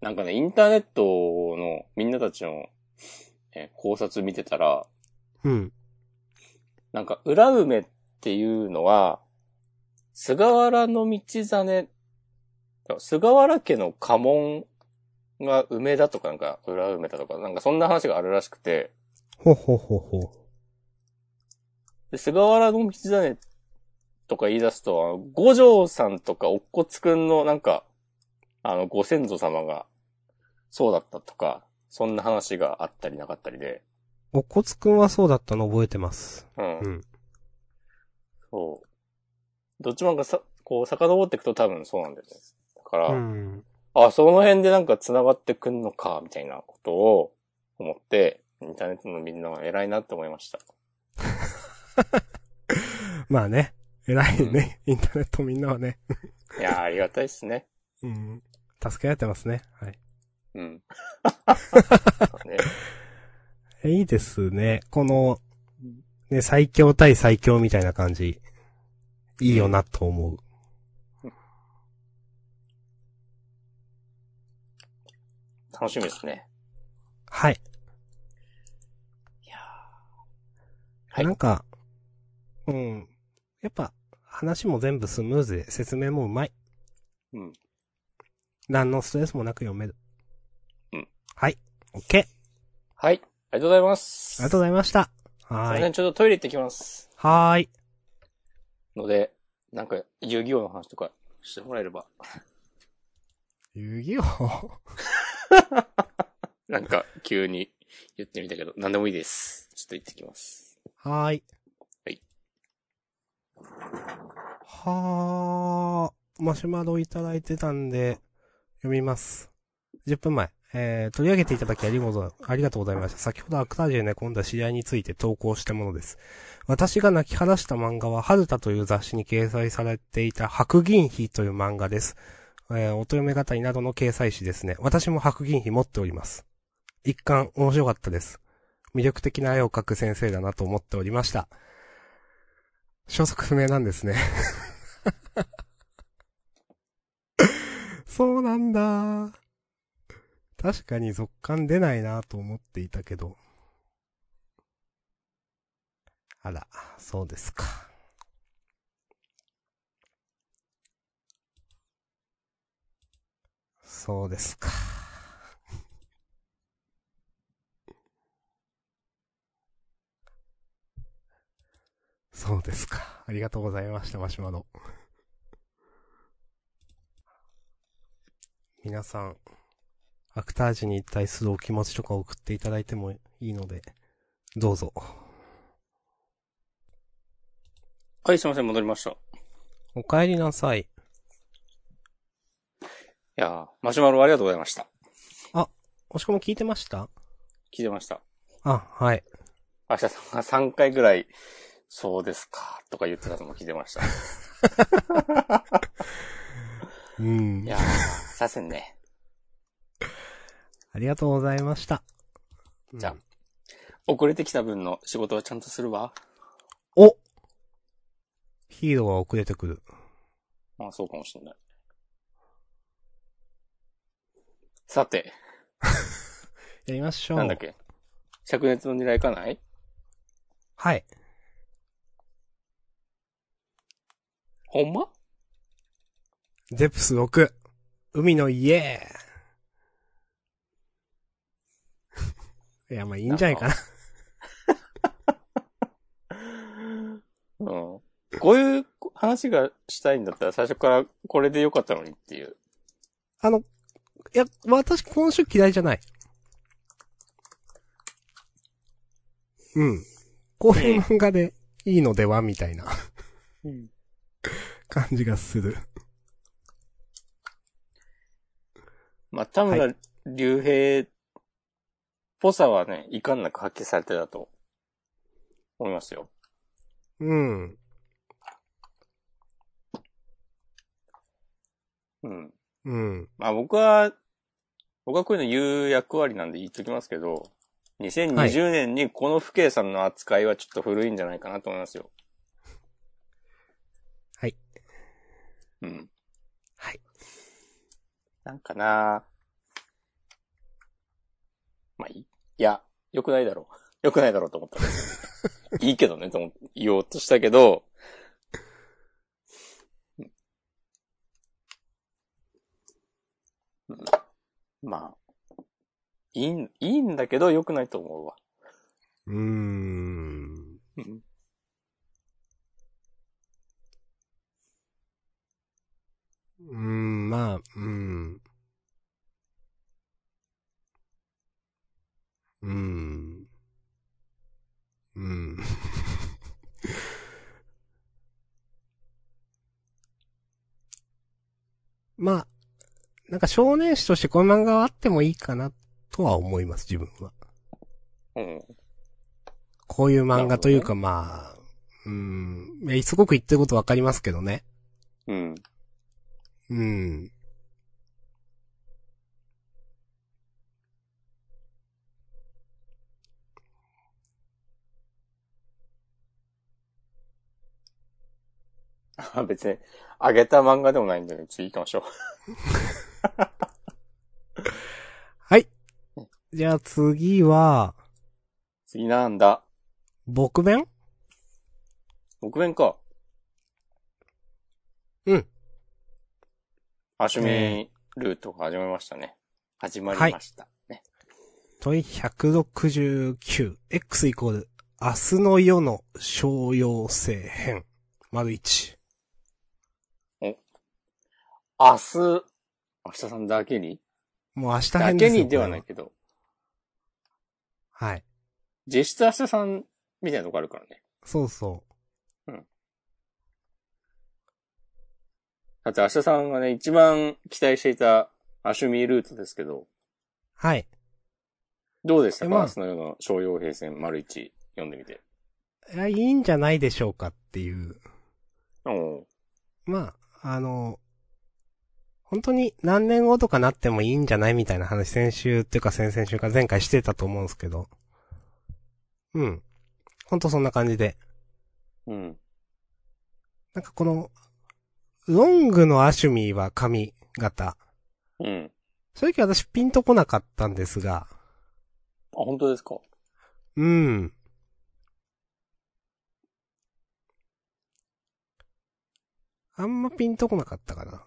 なんかね、インターネットのみんなたちの、えー考察見てたら、うん。なんか、裏梅っていうのは、菅原道真、菅原家の家紋が梅だとかなんか、裏梅だとか、なんかそんな話があるらしくて、ほうほうほうほで菅原道真とか言い出すと、あの五条さんとか乙骨くんのなんか、あの、ご先祖様が、そうだったとか、そんな話があったりなかったりで、う。おこつくんはそうだったの覚えてます。うん。うんそう。どっちもなんかさ、こう、遡っていくと多分そうなんだよね。だから、うん。あ、その辺でなんか繋がってくんのか、みたいなことを思って、インターネットのみんなは偉いなって思いました。まあね。偉いね。インターネットみんなはね。いやー、ありがたいっすね。うん。助け合ってますね。はい。 うん。ね、えいいですね。この、ね、最強対最強みたいな感じ。いいよなと思う。楽しみですね。はい。いやはいなんか、うん。やっぱ、話も全部スムーズで、説明もうまい。ーうん。何のストレスもなく読める。うん。はい。オッケー。あはい。ありがとうございます。りがとうございました。すいはまーせい。ん、ちょっとトイレ行ってきます。はーい。ので、なんか、遊戯王の話とかしてもらえれば。遊戯王なんか、急に言ってみたけど、なんでもいいです。ちょっと行ってきます。はーい。はい。はー、マシュマロいただいてたんで、読みます。10分前。えー、取り上げていただきありがとうありがとうございました。先ほどアクタージュに寝込んだ知り合いについて投稿したものです。私が泣き晴らした漫画は、春田という雑誌に掲載されていた白銀碑という漫画です。えー、おとめ語りなどの掲載誌ですね。私も白銀碑持っております。一巻、面白かったです。魅力的な絵を描く先生だなと思っておりました。消息不明なんですね。 そうなんだ。確かに続感出ないなと思っていたけど。あら、そうですか。そうですか。そうですか。ありがとうございました、マシュマロ。皆さん、アクタージに対するお気持ちとか送っていただいてもいいので、どうぞ。はい、すいません、戻りました。いお帰りなさい。やーマシュマロありがとうございました。おし込み聞いてました聞いてました。あ、はい。明日さんが3回ぐらい、そうですか、とか言ってたのも聞いてました。うんい。やー、させんね。 ありがとうございました。じゃあ遅れてきた分の仕事はちゃんとするわ。おヒーローは遅れてくる。まあ、そうかもしれない。さて、やりましょう。なんだっけ灼熱の狙いかないはい。ほんまデプス6。海の家。 いや、まあいいんじゃないかな。うん。こういう話がしたいんだったら最初からこれでよかったのにっていう。あの、いや、私今週嫌いじゃない。うん。こういう漫画でいいのではみたいなうん。感じがする。まあ、田は村竜兵っぽさはね、いかんなく発揮されてたと思いますよ。うん。うん。うん。まあ僕は、僕はこういうの言う役割なんで言っときますけど、2020年にこの父兄さんの扱いはちょっと古いんじゃないかなと思いますよ。はい。うん。はい。なんかなまあいい。いや、良くないだろう。良 くないだろうと思ったんですよ。いいけどね、と思って言おうとしたけど、まあ、いいん、いいんだけど良くないと思うわ。うーん。うーん、まあ、うん。うーん。うん。まあ、なんか少年誌としてこの漫画はあってもいいかなとは思います、自分は。うん。こういう漫画というか、まあ、うん、いやすごく言ってることわかりますけどね。うん。 うん。あ別に、あげた漫画でもないんで、別にいいかもしれん。はい。じゃあ次は、 次なんだ。僕弁僕弁か。うん。趣味ルートが始めましたね。始まりました。ね。問い 169X イコール明日の世の商用性編。丸1。明日、明日さんだけにもう明日だ編でけすよにではない。こけど、れははい。実質明日さんみたいなとこあるからね。そうそだって明日さんがね、一番期待していたアシュミールートですけど、う。はい。どうでしたえまかあ明日の世の商用平線丸一読んでみて。いやいいんじゃないでしょうかっていう。うん。まあ、あの、本当に何年後とかなってもいいんじゃないみたいな話、先週っていうか先々週か前回してたと思うんですけど。うん。ほんとそんな感じで。うん。なんかこの、ロングのアシュミーは髪型。うん。正直私ピンとこなかったんですあ、が、本当ですかうん。あんまピンとこなかったかな。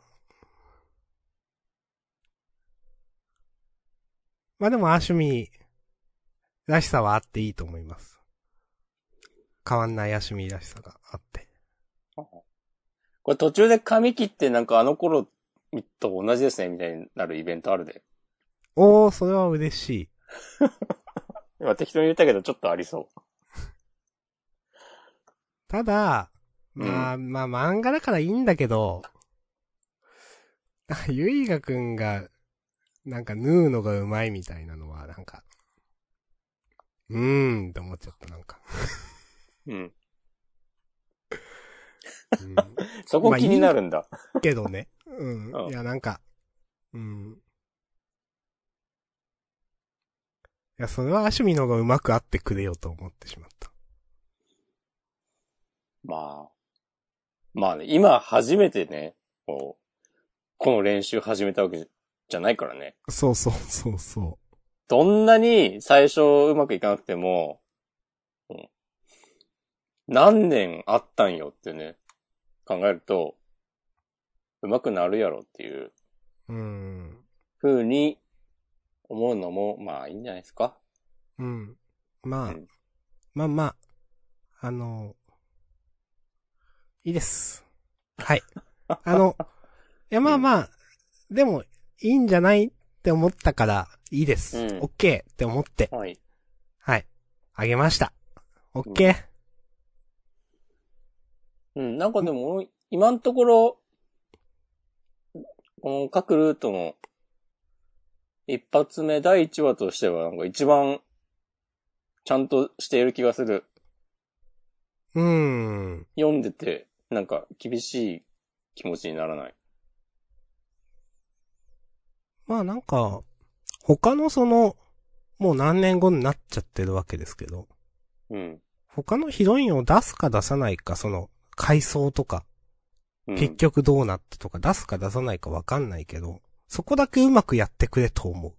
まあでも、アシュミーらしさはあっていいと思います。変わんないアシュミーらしさがあって。これ途中で髪切ってなんかあの頃と同じですね、みたいになるイベントあるで。おー、それは嬉しい。今適当に言ったけどちょっとありそただ、まあ、まあ漫画だからいいんだけど、 ゆいがくんが、なんか縫うのがうまいみたいなのは、なんか、うーんって思っちゃった、なんか。う。うん。うんそこ気になるんだ。けどね。うんう。んいや、なんか、うん。いや、それはアシュミの方がうまく合ってくれよと思ってしまった。まあ。まあね、今初めてね、こう、この練習始めたわけじゃないからね。そうそうそうそどんなに最初うまくいかなくても、うん何年あったんよってね、考えると、うまくなるやろっていうう。うん。風に思うのも、まあいいんじゃないですか。うん。まあ、うんまあまあ、あの、いいです。 はい。あの、いやまあまあ、でも、いいんじゃないって思ったから、いいです。うんオッケーって思って、はい。はい。あげました。オッケー。うん、なんかでも、今のところ、この各ルートの一発目第一話としては、なんか一番、ちゃんとしている気がする。うーん。読んでて、なんか厳しい気持ちにならない。まあなんか、他のその、もう何年後になっちゃってるわけですけど、うん。他のヒロインを出すか出さないか、その、回想とか、うん結。局どうなったとか出すか出さないかわかんないけど、そこだけうまくやってくれと思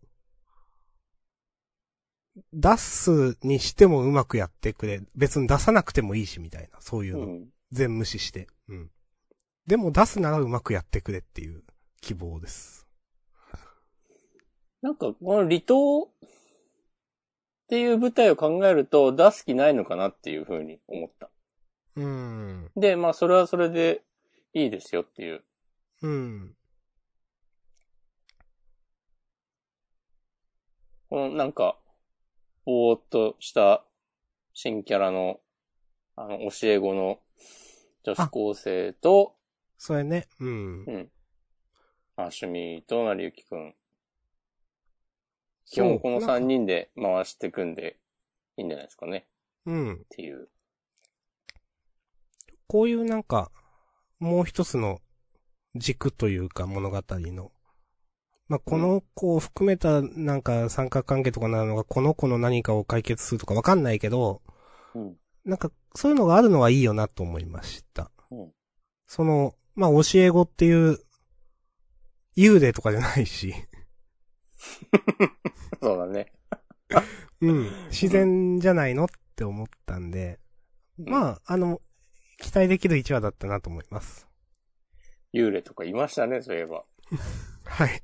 う。出すにしてもうまくやってくれ。別に出さなくてもいいし、みたいな。そういううの。ん。全無視して。うん。でも出すならうまくやってくれっていう希望です。なんか、この離島っていう舞台を考えると、出す気ないのかなっていうふうに思った。うーん。で、まあ、それはそれでいいですよっていう。うん。このなんか、ぼーっとした新キャラの、あの、教え子の女子高生と、それね。うんう。ん。アシュミーと成りゆきくん。基そう本この3なんか人で回していくんで、いいんじゃないですかね。うん。っていう。 こういうなんか、もう一つの軸というか物語の。まあ、この子を含めたなんか三角関係とかなのがこの子の何かを解決するとかわかんないけど、うん。なんかそういうのがあるのはいいよなと思いました。うんその、まあ、教え子っていう、幽霊とかじゃないし、そうだね。うん、自然じゃないのって思ったんで、あ。まあ、あの、期待できる1話だったなと思います。幽霊とかいましたね、そういえば。はい。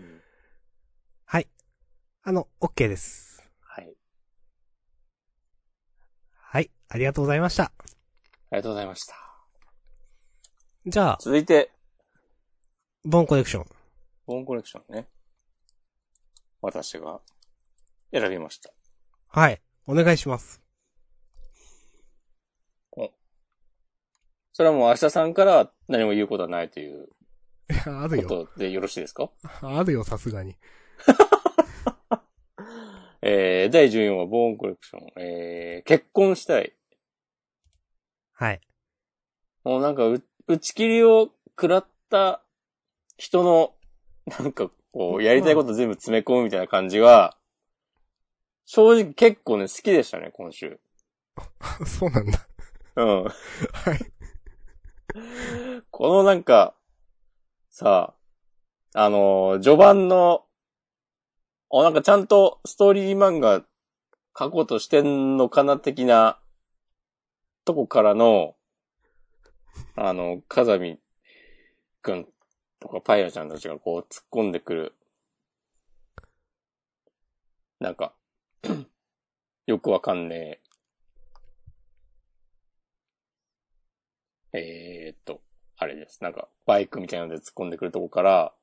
うんはい。あの、OK です。はい。はい。ありがとうございました。ありがとうございました。じゃあ、続いて、ボンコレクション。ボーンコレクションね。私が選びました。はい。お願いします。それはもう明日さんから何も言うことはないといういや、あるこよ。とでよろしいですかあるよ、さすがに。えー、第14話、ボーンコレクション。えー、結婚したい。はい。もうなんかう、打ち切りを食らった人の、なんかこう、やりたいこと全部詰め込むみたいな感じが、正直結構ね、好きでしたね、今週。 そうなんだ。うん。はい。このなんか、さあ、あのー序盤の、お、なんかちゃんとストーリー漫画書こうとしてんのかな的な、とこからの、あの、風見くんとかパイラちゃんたちがこう突っ込んでくるなんか、よくわかんねえ。えー、っと、あれです。なんか、バイクみたいなので突っ込んでくるとこから、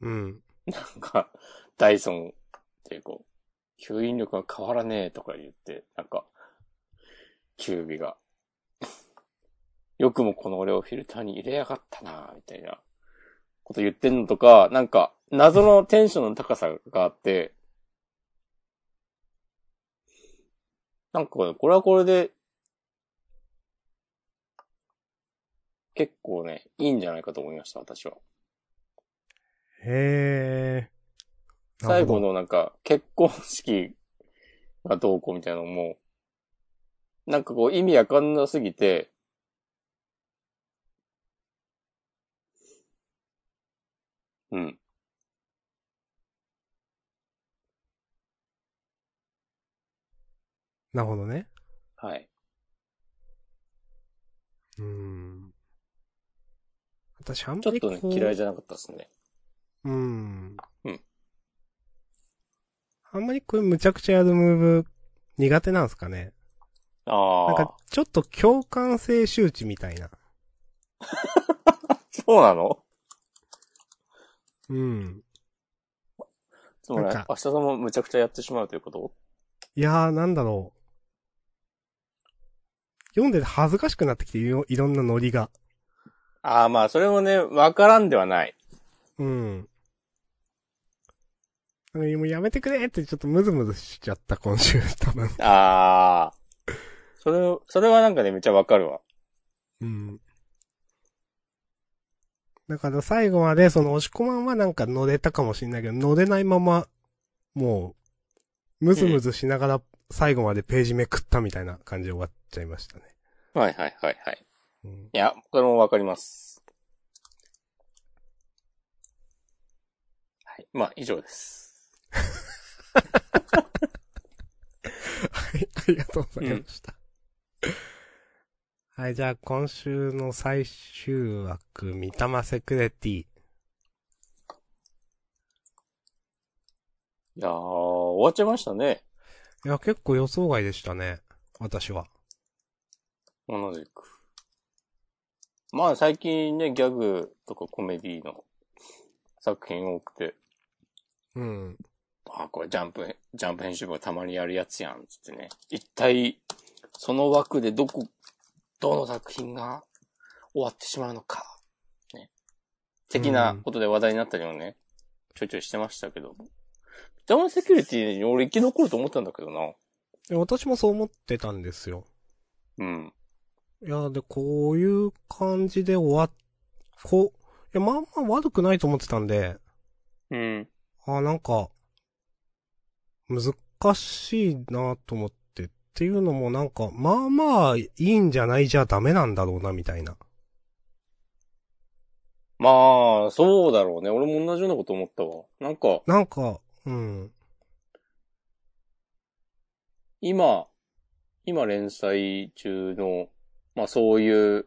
うん。なんか、ダイソンっていうこう、吸引力が変わらねえとか言って、なんか、キュービが、 よくもこの俺をフィルターに入れやがったなみたいなこと言ってんのとか、なんか、謎のテンションの高さがあって、なんか、これはこれで、結構ね、いいんじゃないかと思いました、私は。へー。な最るほ後ど。のなんか、結婚式がどうこうみたいなのも、なんかこう意味わかんなすぎて、うん。なるほどね。はい。うーん。私、あんちょまっりとこね、う嫌いじゃなかったですね。うん。うんあんまりこういうむちゃくちゃやるムーブ苦手なんですかね。なんあか、ちょっと共感性周知みたいな。あ。そうなのうん。つまりなんか、明日さんもむちゃくちゃやってしまうということいやー、なんだろう。読んでて恥ずかしくなってきていろ、いろんなノリが。ああ、まあ、それもね、わからんではない。うん。あのもうやめてくれってちょっとムズムズしちゃった、今週、 多分。ああ。それ、それはなんかね、めっちゃわかるわ。うん。だから最後まで、その押し込まんはなんか乗れたかもしれないけど、乗れないまま、もう、ムズムズしながら最後までページめくったみたいな感じで終わっちゃいましたね。はいはいはいはい。うんいや、これもわかります。はい。まあ、以上です。はい、 ありがとうございました。はい、じゃあ今週の最終枠、三玉セクレティ。いやー、終わっちゃいましたね。いや、結構予想外でしたね。私は。同じく。まあ、最近ね、ギャグとかコメディの作品多くて、うん。あ、これジャンプ、ジャンプ編集部がたまにやるやつやん、つってね。一体、その枠でどこ、どの作品が終わってしまうのか、ね。的なことで話題になったりもね、ちょいちょいしてましたけど。ダウンセキュリティに俺生き残ると思ったんだけどな。で私もそう思ってたんですよ。うん。いや、で、こういう感じで終わっ、こう、いや、まあまあ悪くないと思ってたんで、うん。あーなんか、難しいなと思って、っていうのもなんか、まあまあいいんじゃないじゃダメなんだろうな、みたいな。まあ、そうだろうね。俺も同じようなこと思ったわ。なんか、なんか、うん、今、今連載中の、まあそういう、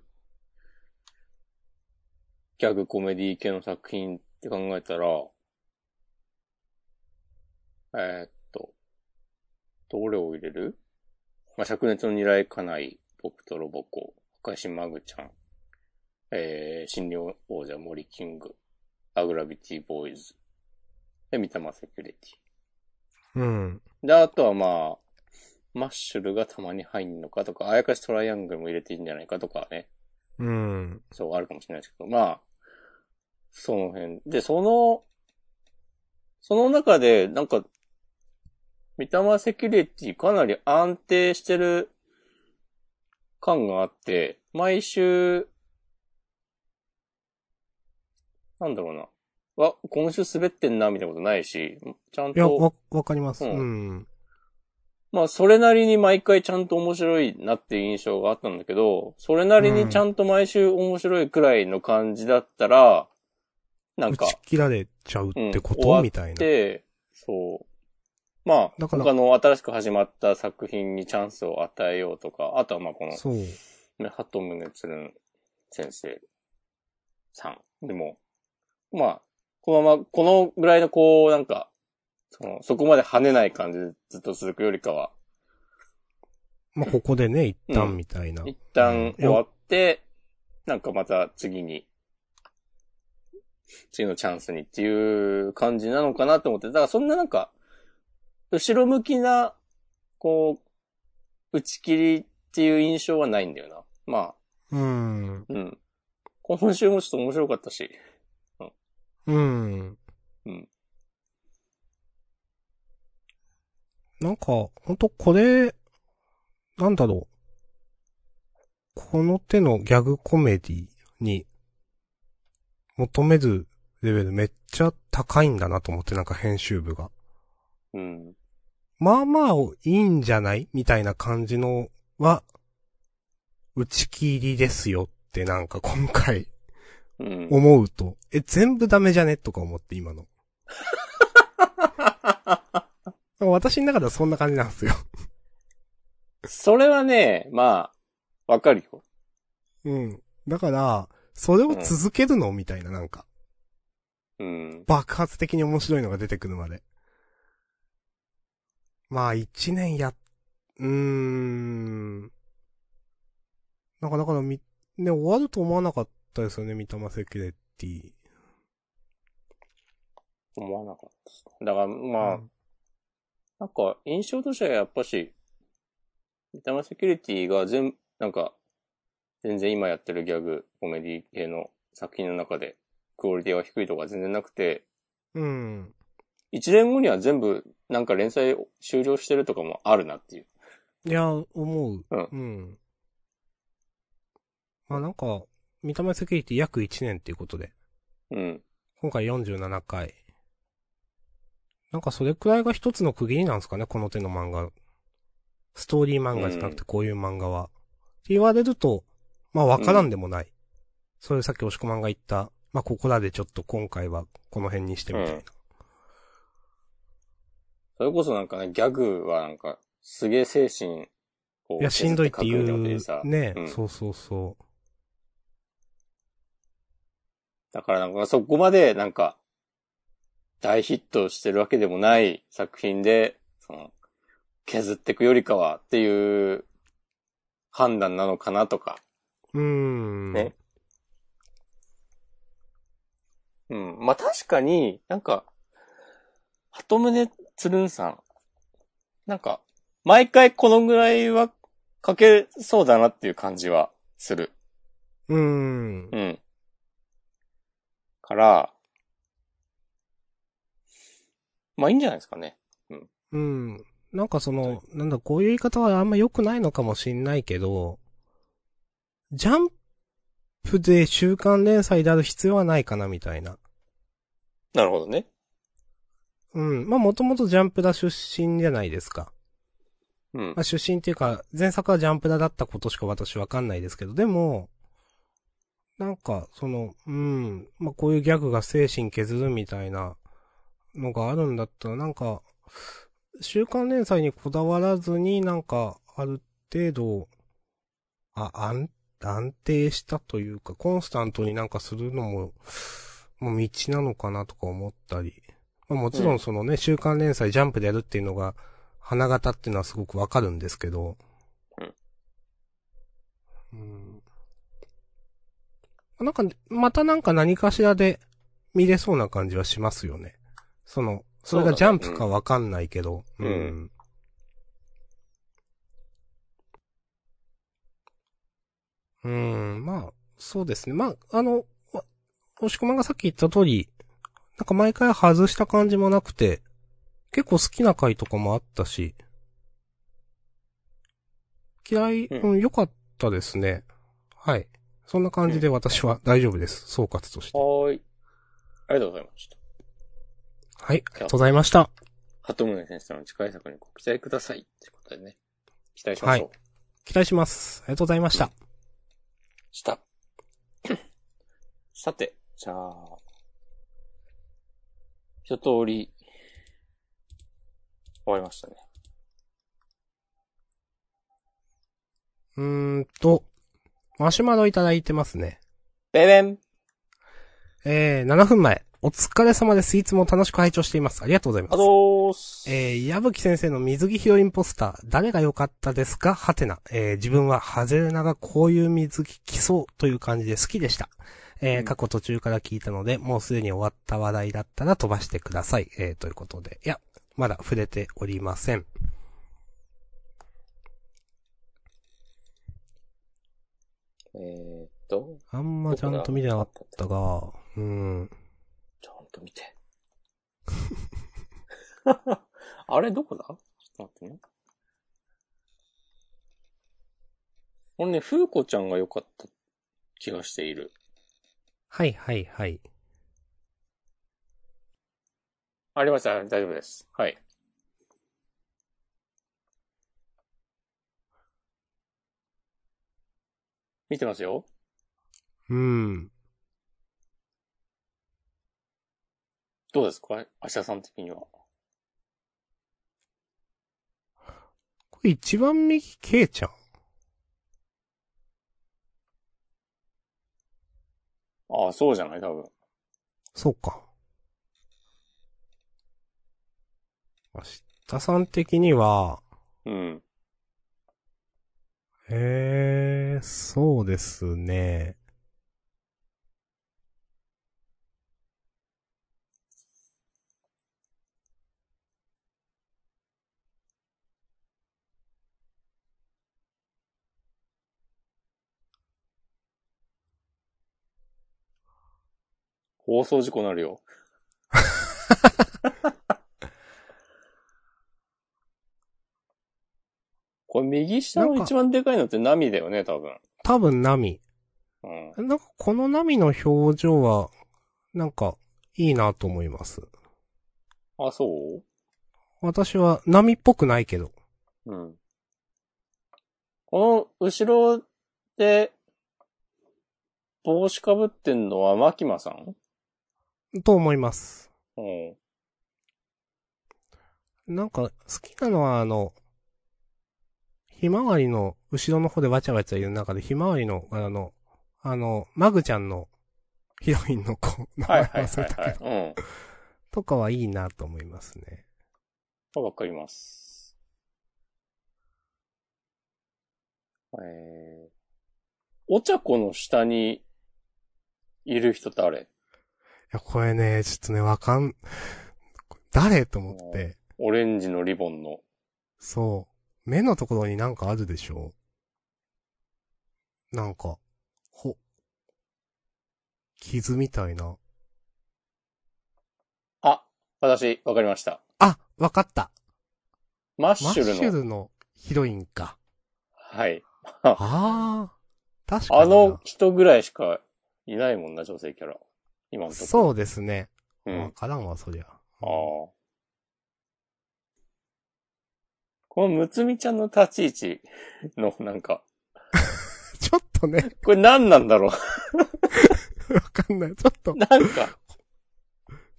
ギャグコメディ系の作品って考えたら、えーっと、どれを入れるまあ、灼熱の二来家内、僕とロボコ、赤石マグちゃん、えー、新療王者森キング、アグラビティボーイズ、で、三玉セキュリティ。うん、で、あとはまあ、マッシュルがたまに入んのかとか、あやかしトライアングルも入れていいんじゃないかとかね。うん、そう、あるかもしれないですけど、まあ、その辺。で、その、その中で、なんか、三玉セキュリティかなり安定してる感があって、毎週、なんだろうな。わ、今週滑ってんな、みたいなことないし、ちゃんいや、と。わ、わかります。ううんん、まあ、それなりに毎回ちゃんと面白いなっていう印象があったんだけど、それなりにちゃんと毎週面白いくらいの感じだったら、なん打か、ち切られちゃうってこうん終わっと、てみたいな。で、そう。まあ、だから他の新しく始まった作品にチャンスを与えようとか、あとはまあ、この、そう。ね、ハトムネツルン先生さんでも、まあ、このまま、このぐらいのこう、なんか、その、そこまで跳ねない感じでずっと続くよりかは、まあ、ここでね、一う旦んみたいな。一旦終わって、なんかまた次に、次のチャンスにっていう感じなのかなと思って、だからそんななんか、後ろ向きな、こう、打ち切りっていう印象はないんだよな。まあ、うん。うん。今週もちょっと面白かったし。うん。うん。なんか、ほんとこれ、なんだろう。この手のギャグコメディに求めるレベルめっちゃ高いんだなと思って、なんか編集部が。うん。まあまあいいんじゃないみたいな感じのは、打ち切りですよってなんか今回うん。思うと、 え、全部ダメじゃねとか思って今の。 私の中ではそんな感じなんですよ。それはね、まあ、わかるよ。うん。だから、それを続けるのみたいななんか、うん。爆発的に面白いのが出てくるまで。まあ一年や、うーん。なんかだからみ、ね、終わると思わなかったですよね、三笘セキュレティ。思わなかったっすねだから、まあ、うんなんか、印象としてはやっぱし、三玉セキュリティが全、なんか、全然今やってるギャグ、コメディ系の作品の中で、クオリティは低いとか全然なくて、うん。一年後には全部、なんか連載終了してるとかもあるなっていう。いや、思う。うんうん。まあなんか、三笘セキュリティ約1年っていうことで。うん。今回47回。なんかそれくらいが一つの区切りなんですかね、この手の漫画。ストーリー漫画じゃなくうてこういう漫画は。って言われると、まあわからんでもない。そういうさっき押し込まんが言った、まあここらでちょっと今回はこの辺にしてみたいな。うんそれこそなんかね、ギャグはなんか、すげえ精神、こいや、しんどいってい削書くみたなことうでさ、ね、うんそうそうそだからなんかそこまでなんか、大ヒットしてるわけでもない作品で、その、削っていくよりかはっていう判断なのかなとか。う。うーん。ねうん。まあ、確かになんか、鳩宗つるんさん。なんか、毎回このぐらいは書けそうだなっていう感じはする。うーん。うん。から、まあいいんじゃないですかね。うん。なんかその、なんだ、こういう言い方はあんま良くないのかもしんないけど、ジャンプで週刊連載である必要はないかな、みたいな。なるほどね。うん。まあ、もともとジャンプだ出身じゃないですか。うんまあ、。出身っていうか、前作はジャンプだだったことしか私わかんないですけど、でも、なんか、その、うん、まあ、こういうギャグが精神削るみたいなのがあるんだったら、なんか、週刊連載にこだわらずになんか、ある程度、あ、安、安定したというか、コンスタントになんかするのも、もう道なのかなとか思ったり。まあ、もちろんそのね、週刊連載ジャンプでやるっていうのが、花形っていうのはすごくわかるんですけど。うんうん。なんか、またなんか何かしらで見れそうな感じはしますよね。その、それがジャンプかわかんないけど。そうだねうんんうん、まあ、そうですね。まあ、あの、ま押し込まんがさっき言った通り、なんか毎回外した感じもなくて、結構好きな回とかもあったし、嫌い、ううん、良かったですね。はい。そんな感じで私は大丈夫です。総括として。はーい。ありがとうございました。はい、ありがとうございました。鳩宗先生の次回作にご期待ください。ということでね。期待しましょう。は期待します。ありがとうございました。した。 さて、じゃあ、一通り、終わりましたね。うーんと、マシュマロいただいてますね。ベベンえー、7分前。お疲れ様です。いつも楽しく拝聴しています。ありがとうございます。どうす。えー、矢吹先生の水着ヒロインポスター、誰が良かったですかはてな。えー、自分はハゼレナがこういう水着着そうという感じで好きでした。えーうん過去途中から聞いたので、もうすでに終わった話題だったら飛ばしてください。えー、ということで。いや、まだ触れておりません。えーっと、あんまちゃんと見てなかったが、うん。ちゃんと見て。 あれ、どこだちょっと待ってね。これね、風子ちゃんが良かった気がしている。はいはいはい。ありました。大丈夫です。はい。見てますよ。うん。どうですかアシャさん的には。これ一番右、ケイちゃん。ああ、そうじゃない多分。そうか。明日さん的には、うん。えー、そうですね。放送事故になるよ。 これ右下の一番でかいのって波だよね、多分。多分、ナミ。うん。なんか、このナミの表情は、なんか、いいなと思います。あ、そう私は、ナミっぽくないけど。うん。この後ろで帽子かぶってんのはマキマさんと思います。うん。なんか、好きなのは、あの、ひまわりの、後ろの方でわちゃわちゃいる中で、ひまわりの、あの、あの、マグちゃんの、ヒロインの子、名はいはい前 忘はれたい、けはい。どうん。とかはいいなと思いますね。わかります。えー、お茶子の下にいる人誰いや、これね、ちょっとね、わかん、誰と思って、オレンジのリボンの。そう、目のところになんかあるでしょなんか、ほ、傷みたいな。あ、私、わかりました。あ、わかった。マッマッシシュルの。ュルのヒロインか。はい。ああ。確かにな。あの人ぐらいしかいないもんな、女性キャラ。今のところ。そうですね。う。ん。わああ。からんわ、そりゃ。 このむつみちゃんの立ち位置の、なんか、ちょっとね、これ何なんだろう。 わかんない。ちょっと、なんか、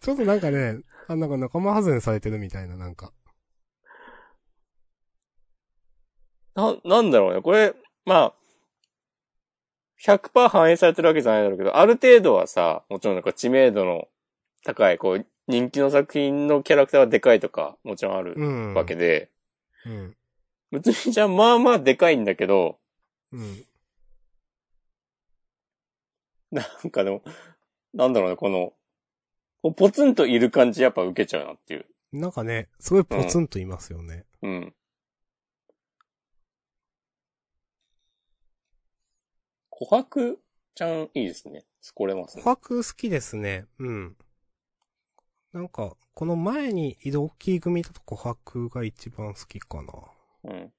ちょっとなんかね、あ、なんか仲間外れされてるみたいな、なんか。な、なんだろうね。これ、まあ、100%反映されてるわけじゃないだろうけど、ある程度はさ、もちろんなんか知名度の高い、こう、人気の作品のキャラクターはでかいとか、もちろんあるうん。わけで、うん。むつみちゃんまあまあでかいんだけど、うん。なんかでも、なんだろうね、この、こうポツンといる感じやっぱ受けちゃうなっていう。なんかね、すごいポツンと言いますよね。うん。琥珀ちゃんいいですね。これますね琥。珀好きですね。うん。なんか、この前にいる大きい組だと琥珀が一番好きかな。うん。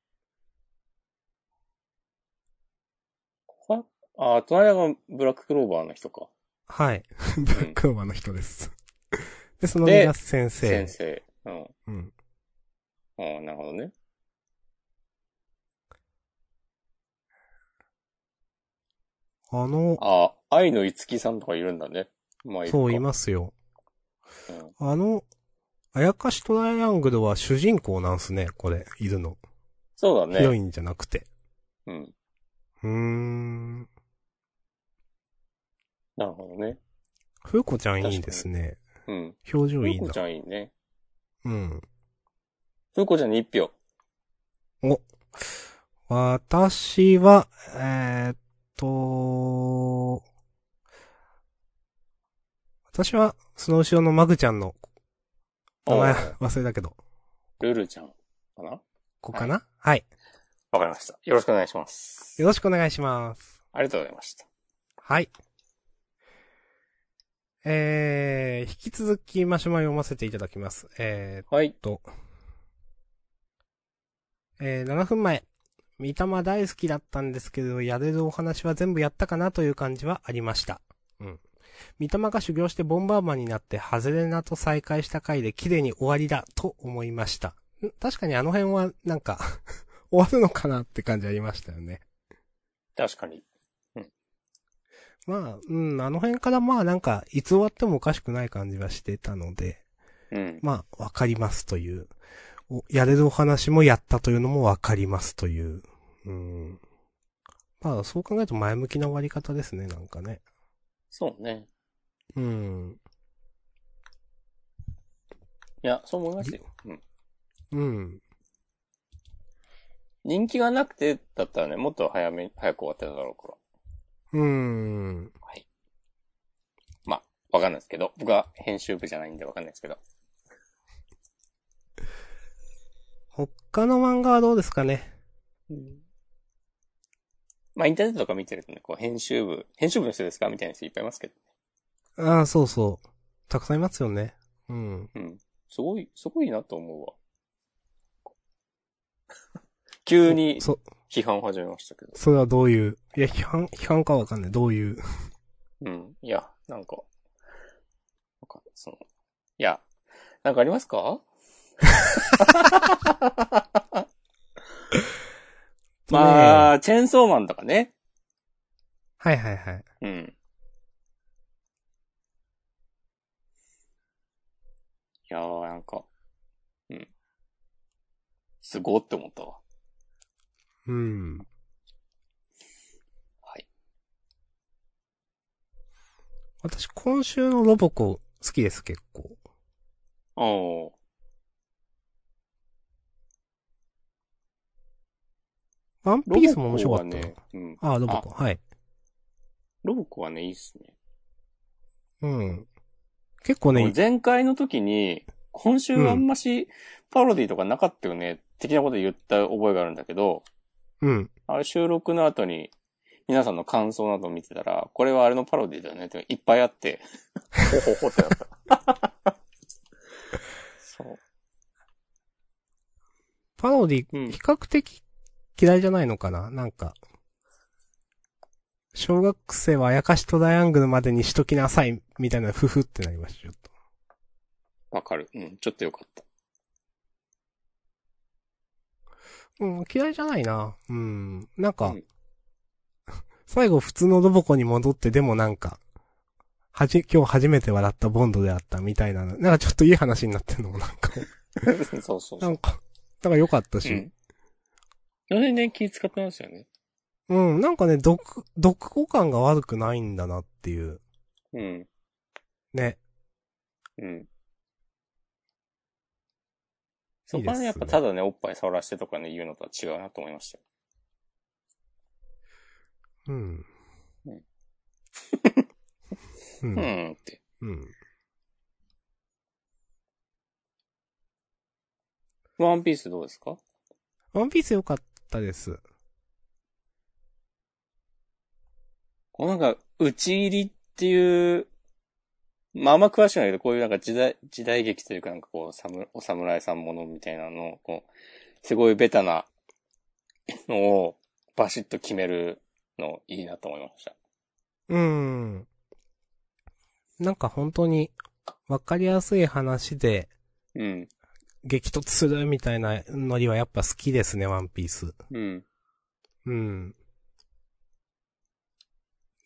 ここは、あ、隣がブラッククローバーの人か。はい。ブラックローバーの人です。で、そので皆先先生。生。うん。うん。うん、なるほどね。あの、あ、愛のいつきさんとかいるんだね。まあ、そう、い今。ますよ。うんあの、あやかしトライアングルは主人公なんすね、これ、いるの。そうヒだロね。インじゃなくて。うん。うーん。なるほどね。ふうこちゃんいいですね。うん。表情ふいいうこなち。ゃんいいね。うん。ふうこちゃんに一票。私は、えーっと、私は、その後ろのマグちゃんの名前おー忘れたけど、ルルちゃんかなここかなはい。わかりました。よろしくお願いします。よろしくお願いします。ありがとうございました。はい。えー、引き続きマシュマロ読ませていただきます。えー、はい。えー7分前。三玉大好きだったんですけど、やれるお話は全部やったかなという感じはありました。うん。三玉が修行してボンバーマンになって、ハズレナと再会した回で綺麗に終わりだと思いました。ん確かにあの辺は、なんか、 終わるのかなって感じありましたよね。確かに。まあ、うん、あの辺からまあなんか、いつ終わってもおかしくない感じはしてたので、うん。まあ、わかりますという。おやれるお話もやったというのもわかりますという。うん。まあ、そう考えると前向きな終わり方ですね、なんかね。そうね。うん。いや、そう思いますよ。うん。うん。人気がなくてだったらね、もっと早め、早く終わってただろうから。うん。まあ、わかんないですけど。僕は編集部じゃないんでわかんないですけど。他の漫画はどうですかね。まあ、インターネットとか見てるとね、こう、編集部、編集部の人ですかみたいな人いっぱいいますけど。ああ、そうそう。たくさんいますよね。うん。うん。すごい、すごいなと思 うわ。急にそ、批判を始めましたけど。それはどういう、いや、批判、批判かわかんない。どういう。うん。いや、なんか、なんか、その、いや、なんかあります かまあ、チェーンソーマンとかね。はいはいはい。うん。いやー、なんか、うん。すごって思ったわ。うん。はい。私、今週のロボコ好きです、結構。おー。ワンピースも面白かっロボたな。コはね、うん。ああ、ロボコ、はい。ロボコはね、いいっすね。うん。結構もうね、前回の時に、今週あんましパロディとかなかったよね、的なこと言った覚えがあるんだけど、うん。あれ収録の後に皆さんの感想などを見てたら、これはあれのパロディだよねっていっぱいあって、ほほほってなった。そう。パロディ、うん比較的嫌いじゃないのかななんか。小学生はあやかしトライアングルまでにしときなさい、みたいな、ふふってなりました、ちょっと。わかる。うん、ちょっとよかった。うん、嫌いじゃないな。うん。なんか、うん 最後普通のロボコに戻って、でもなんか、はじ、今日初めて笑ったボンドであったみたいなの、なんかちょっといい話になってるの もなんか、そうそうな。そうんか、だから良かったし、うん。それね、気使ってますよね。うん、なんかね、毒、毒語感が悪くないんだなっていう。うん。ね。うん。いそいですねこはね、やっぱただね、おっぱい触らしてとかね、言うのとは違うなと思いましたよ。うん。うん う。うんん、って。うん。ワンピースどうですかワンピース良かったです。こうなんか、打ち入りっていう、まああんま詳しくないけど、こういうなんか時代、時代劇というかなんかこう、サムお侍さんものみたいなのを、こう、すごいベタなのをバシッと決めるのいいなと思いました。うん。なんか本当に、わかりやすい話で、うん。激突するみたいなノリはやっぱ好きですね、ワンピース。うん。うん。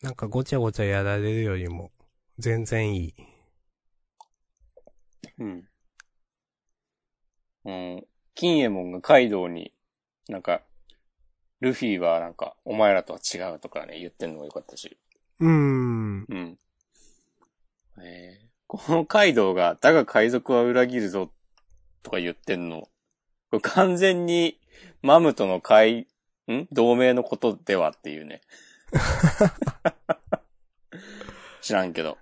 なんかごちゃごちゃやられるよりも、全然いい。うん。うん。金右衛門がカイドウに、なんか、ルフィはなんか、お前らとは違うとかね、言ってんのが良かったし。ううん。ん。えーこのカイドウが、だが海賊は裏切るぞ、とか言ってんの。これ完全に、マムとの会、ん同盟のことではっていうね。知らんけど。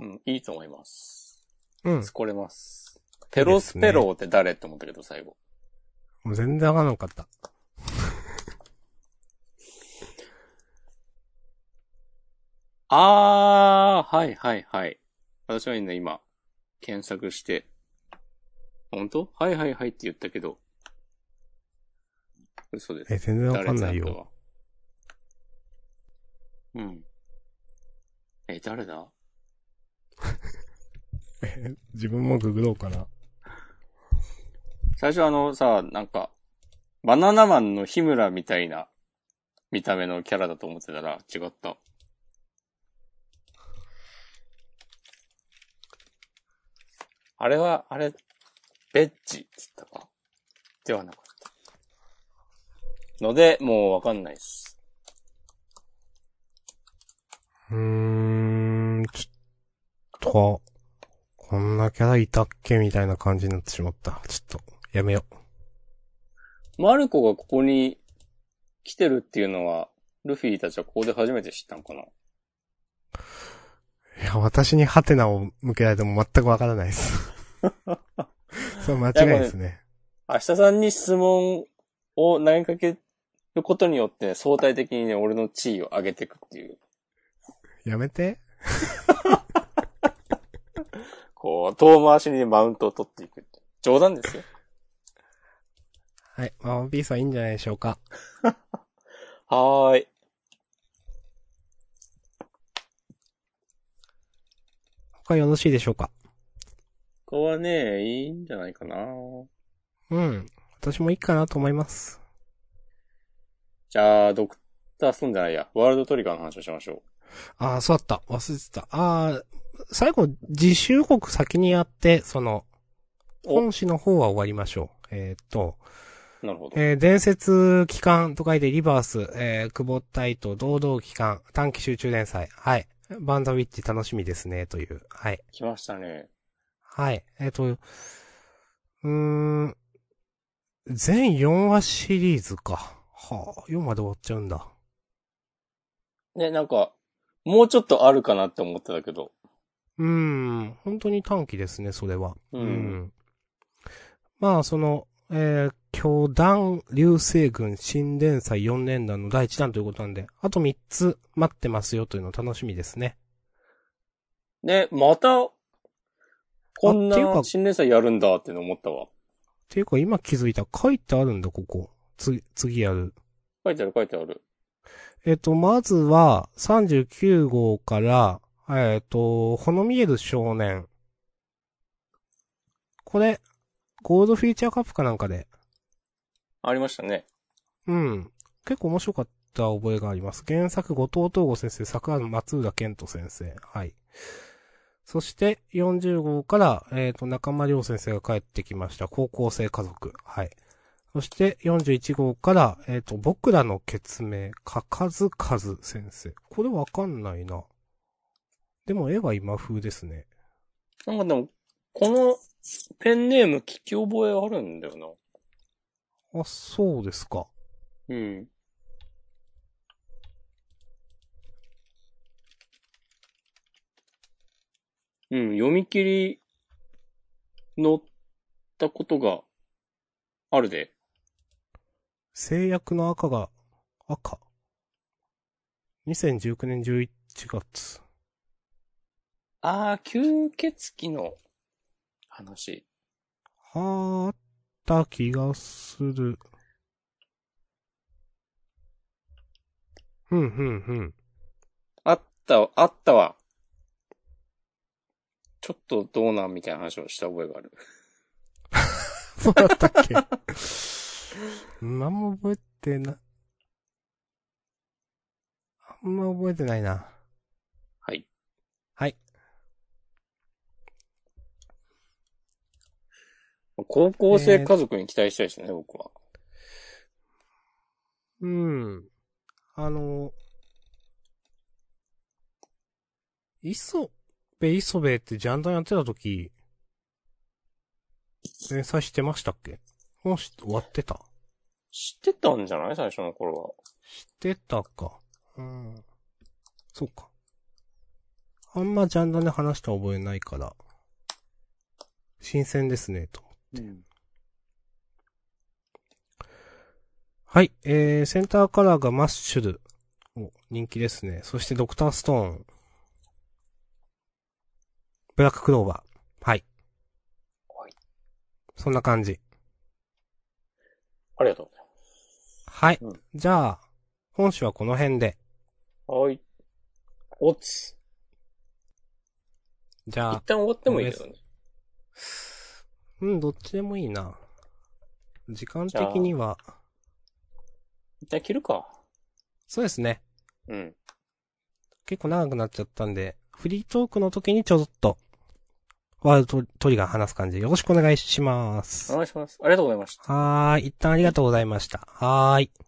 うん、いいと思います。うん。疲れます。ペロスペローって誰って思ったけど、最後。もう全然わかんなかった。あー、はいはいはい。私はね、今、検索して、本当はいはいはいって言ったけど、嘘です。え、全然わかんない誰よ。だとは。うん。え、誰だ自分もググろうかな。最初あのさ、なんか、バナナマンの日村みたいな見た目のキャラだと思ってたら違った。あれは、あれ、ベッジって言ったかではなかった。ので、もうわかんないっす。うーん、ちょっと、こんなキャラいたっけみたいな感じになってしまった。ちょっと、やめよう。マルコがここに来てるっていうのは、ルフィたちはここで初めて知ったんかないや、私にハテナを向けられても全くわからないです。 それ間違いですね。明日さんに質問を投げかけることによって、相対的にね、俺の地位を上げていくっていう。やめて。こう、遠回しにマウントを取っていくって。冗談ですよ。はい。まあ、ワンピースはいいんじゃないでしょうか。はーい。他よろしいでしょうか。ここはね、いいんじゃないかな。うん。私もいいかなと思います。じゃあ、ドクターストーンじゃないや。ワールドトリガーの話をしましょああ、そうだった。忘れてた。ああ、最後、自習国先にやって、その、お本誌の方は終わりましょう。えーっと、う。なるほど。えー伝説機関と書いてリバース、えー、久保隊と堂々機関、短期集中連載。はい。バンダウィッチ楽しみですね、という。はい。来ましたね。はい。えっ、と、うーん。全4話シリーズか。はあ、4まで終わっちゃうんだ。ね、なんか、もうちょっとあるかなって思ってたけど。うーん。本当に短期ですね、それは。うんんまあ、その、えー、巨弾流星群新連載4連弾の第1弾ということなんで、あと3つ待ってますよというの楽しみですね。ね、また、こんなあっていうか新連載やるんだっての思ったわ。っていうか、今気づいた。書いてあるんだ、ここ。つ、次やる。書いてある書いてある。えっ、と、まずは、39号から、えっ、と、ほの見える少年。これ、ゴールドフィーチャーカップかなんかで、ありましたね。うん。結構面白かった覚えがあります。原作、後藤東吾先生、作画、松浦健人先生。はい。そして、40号から、えっ、と、中間良先生が帰ってきました。高校生家族。はい。そして、41号から、えっ、と、僕らの決明、かかずかず先生。これわかんないな。でも、絵は今風ですね。なんかでも、このペンネーム聞き覚えあるんだよあ、そうですか。な。うん。うん、読み切り、乗ったことがあるで。制約の赤が、赤。2019年11月。あー、吸血鬼の話。あった気がする。うん、うん、 うん。あったわ、あったわ。ちょっとどうなんみたいな話をした覚えがある。そうだったっけ 何も覚えてな、あんま覚えてないな。はい。はい。高校生家族に期待したいですね、僕は。うん。あの、磯部磯部ってジャンダンやってた時、連載してましたっけもうし終わってた知ってたんじゃない最初の頃してたか。うん。そうか。あんまジャンダンで話した覚えないから、新鮮ですね、と。は。はい、えー、センターカラーがマッシュル。お、人気ですね。そしてドクターストーン。ブラッククローバー。はい。はい。そんな感じ。ありがとうございまはい。うんじゃあ、本誌はこの辺で。す。はい。おつ。じゃ一あ、旦終わってもいいけどね。うん、どっちでもいいな。時間的には、一旦切るか。そうですね。うん。結構長くなっちゃったんで、フリートークの時にちょっと、ワールドトリガー話す感じでよろしくお願いしますお。願いします。ありがとうございました。はーい。一旦ありがとうございました。はーい。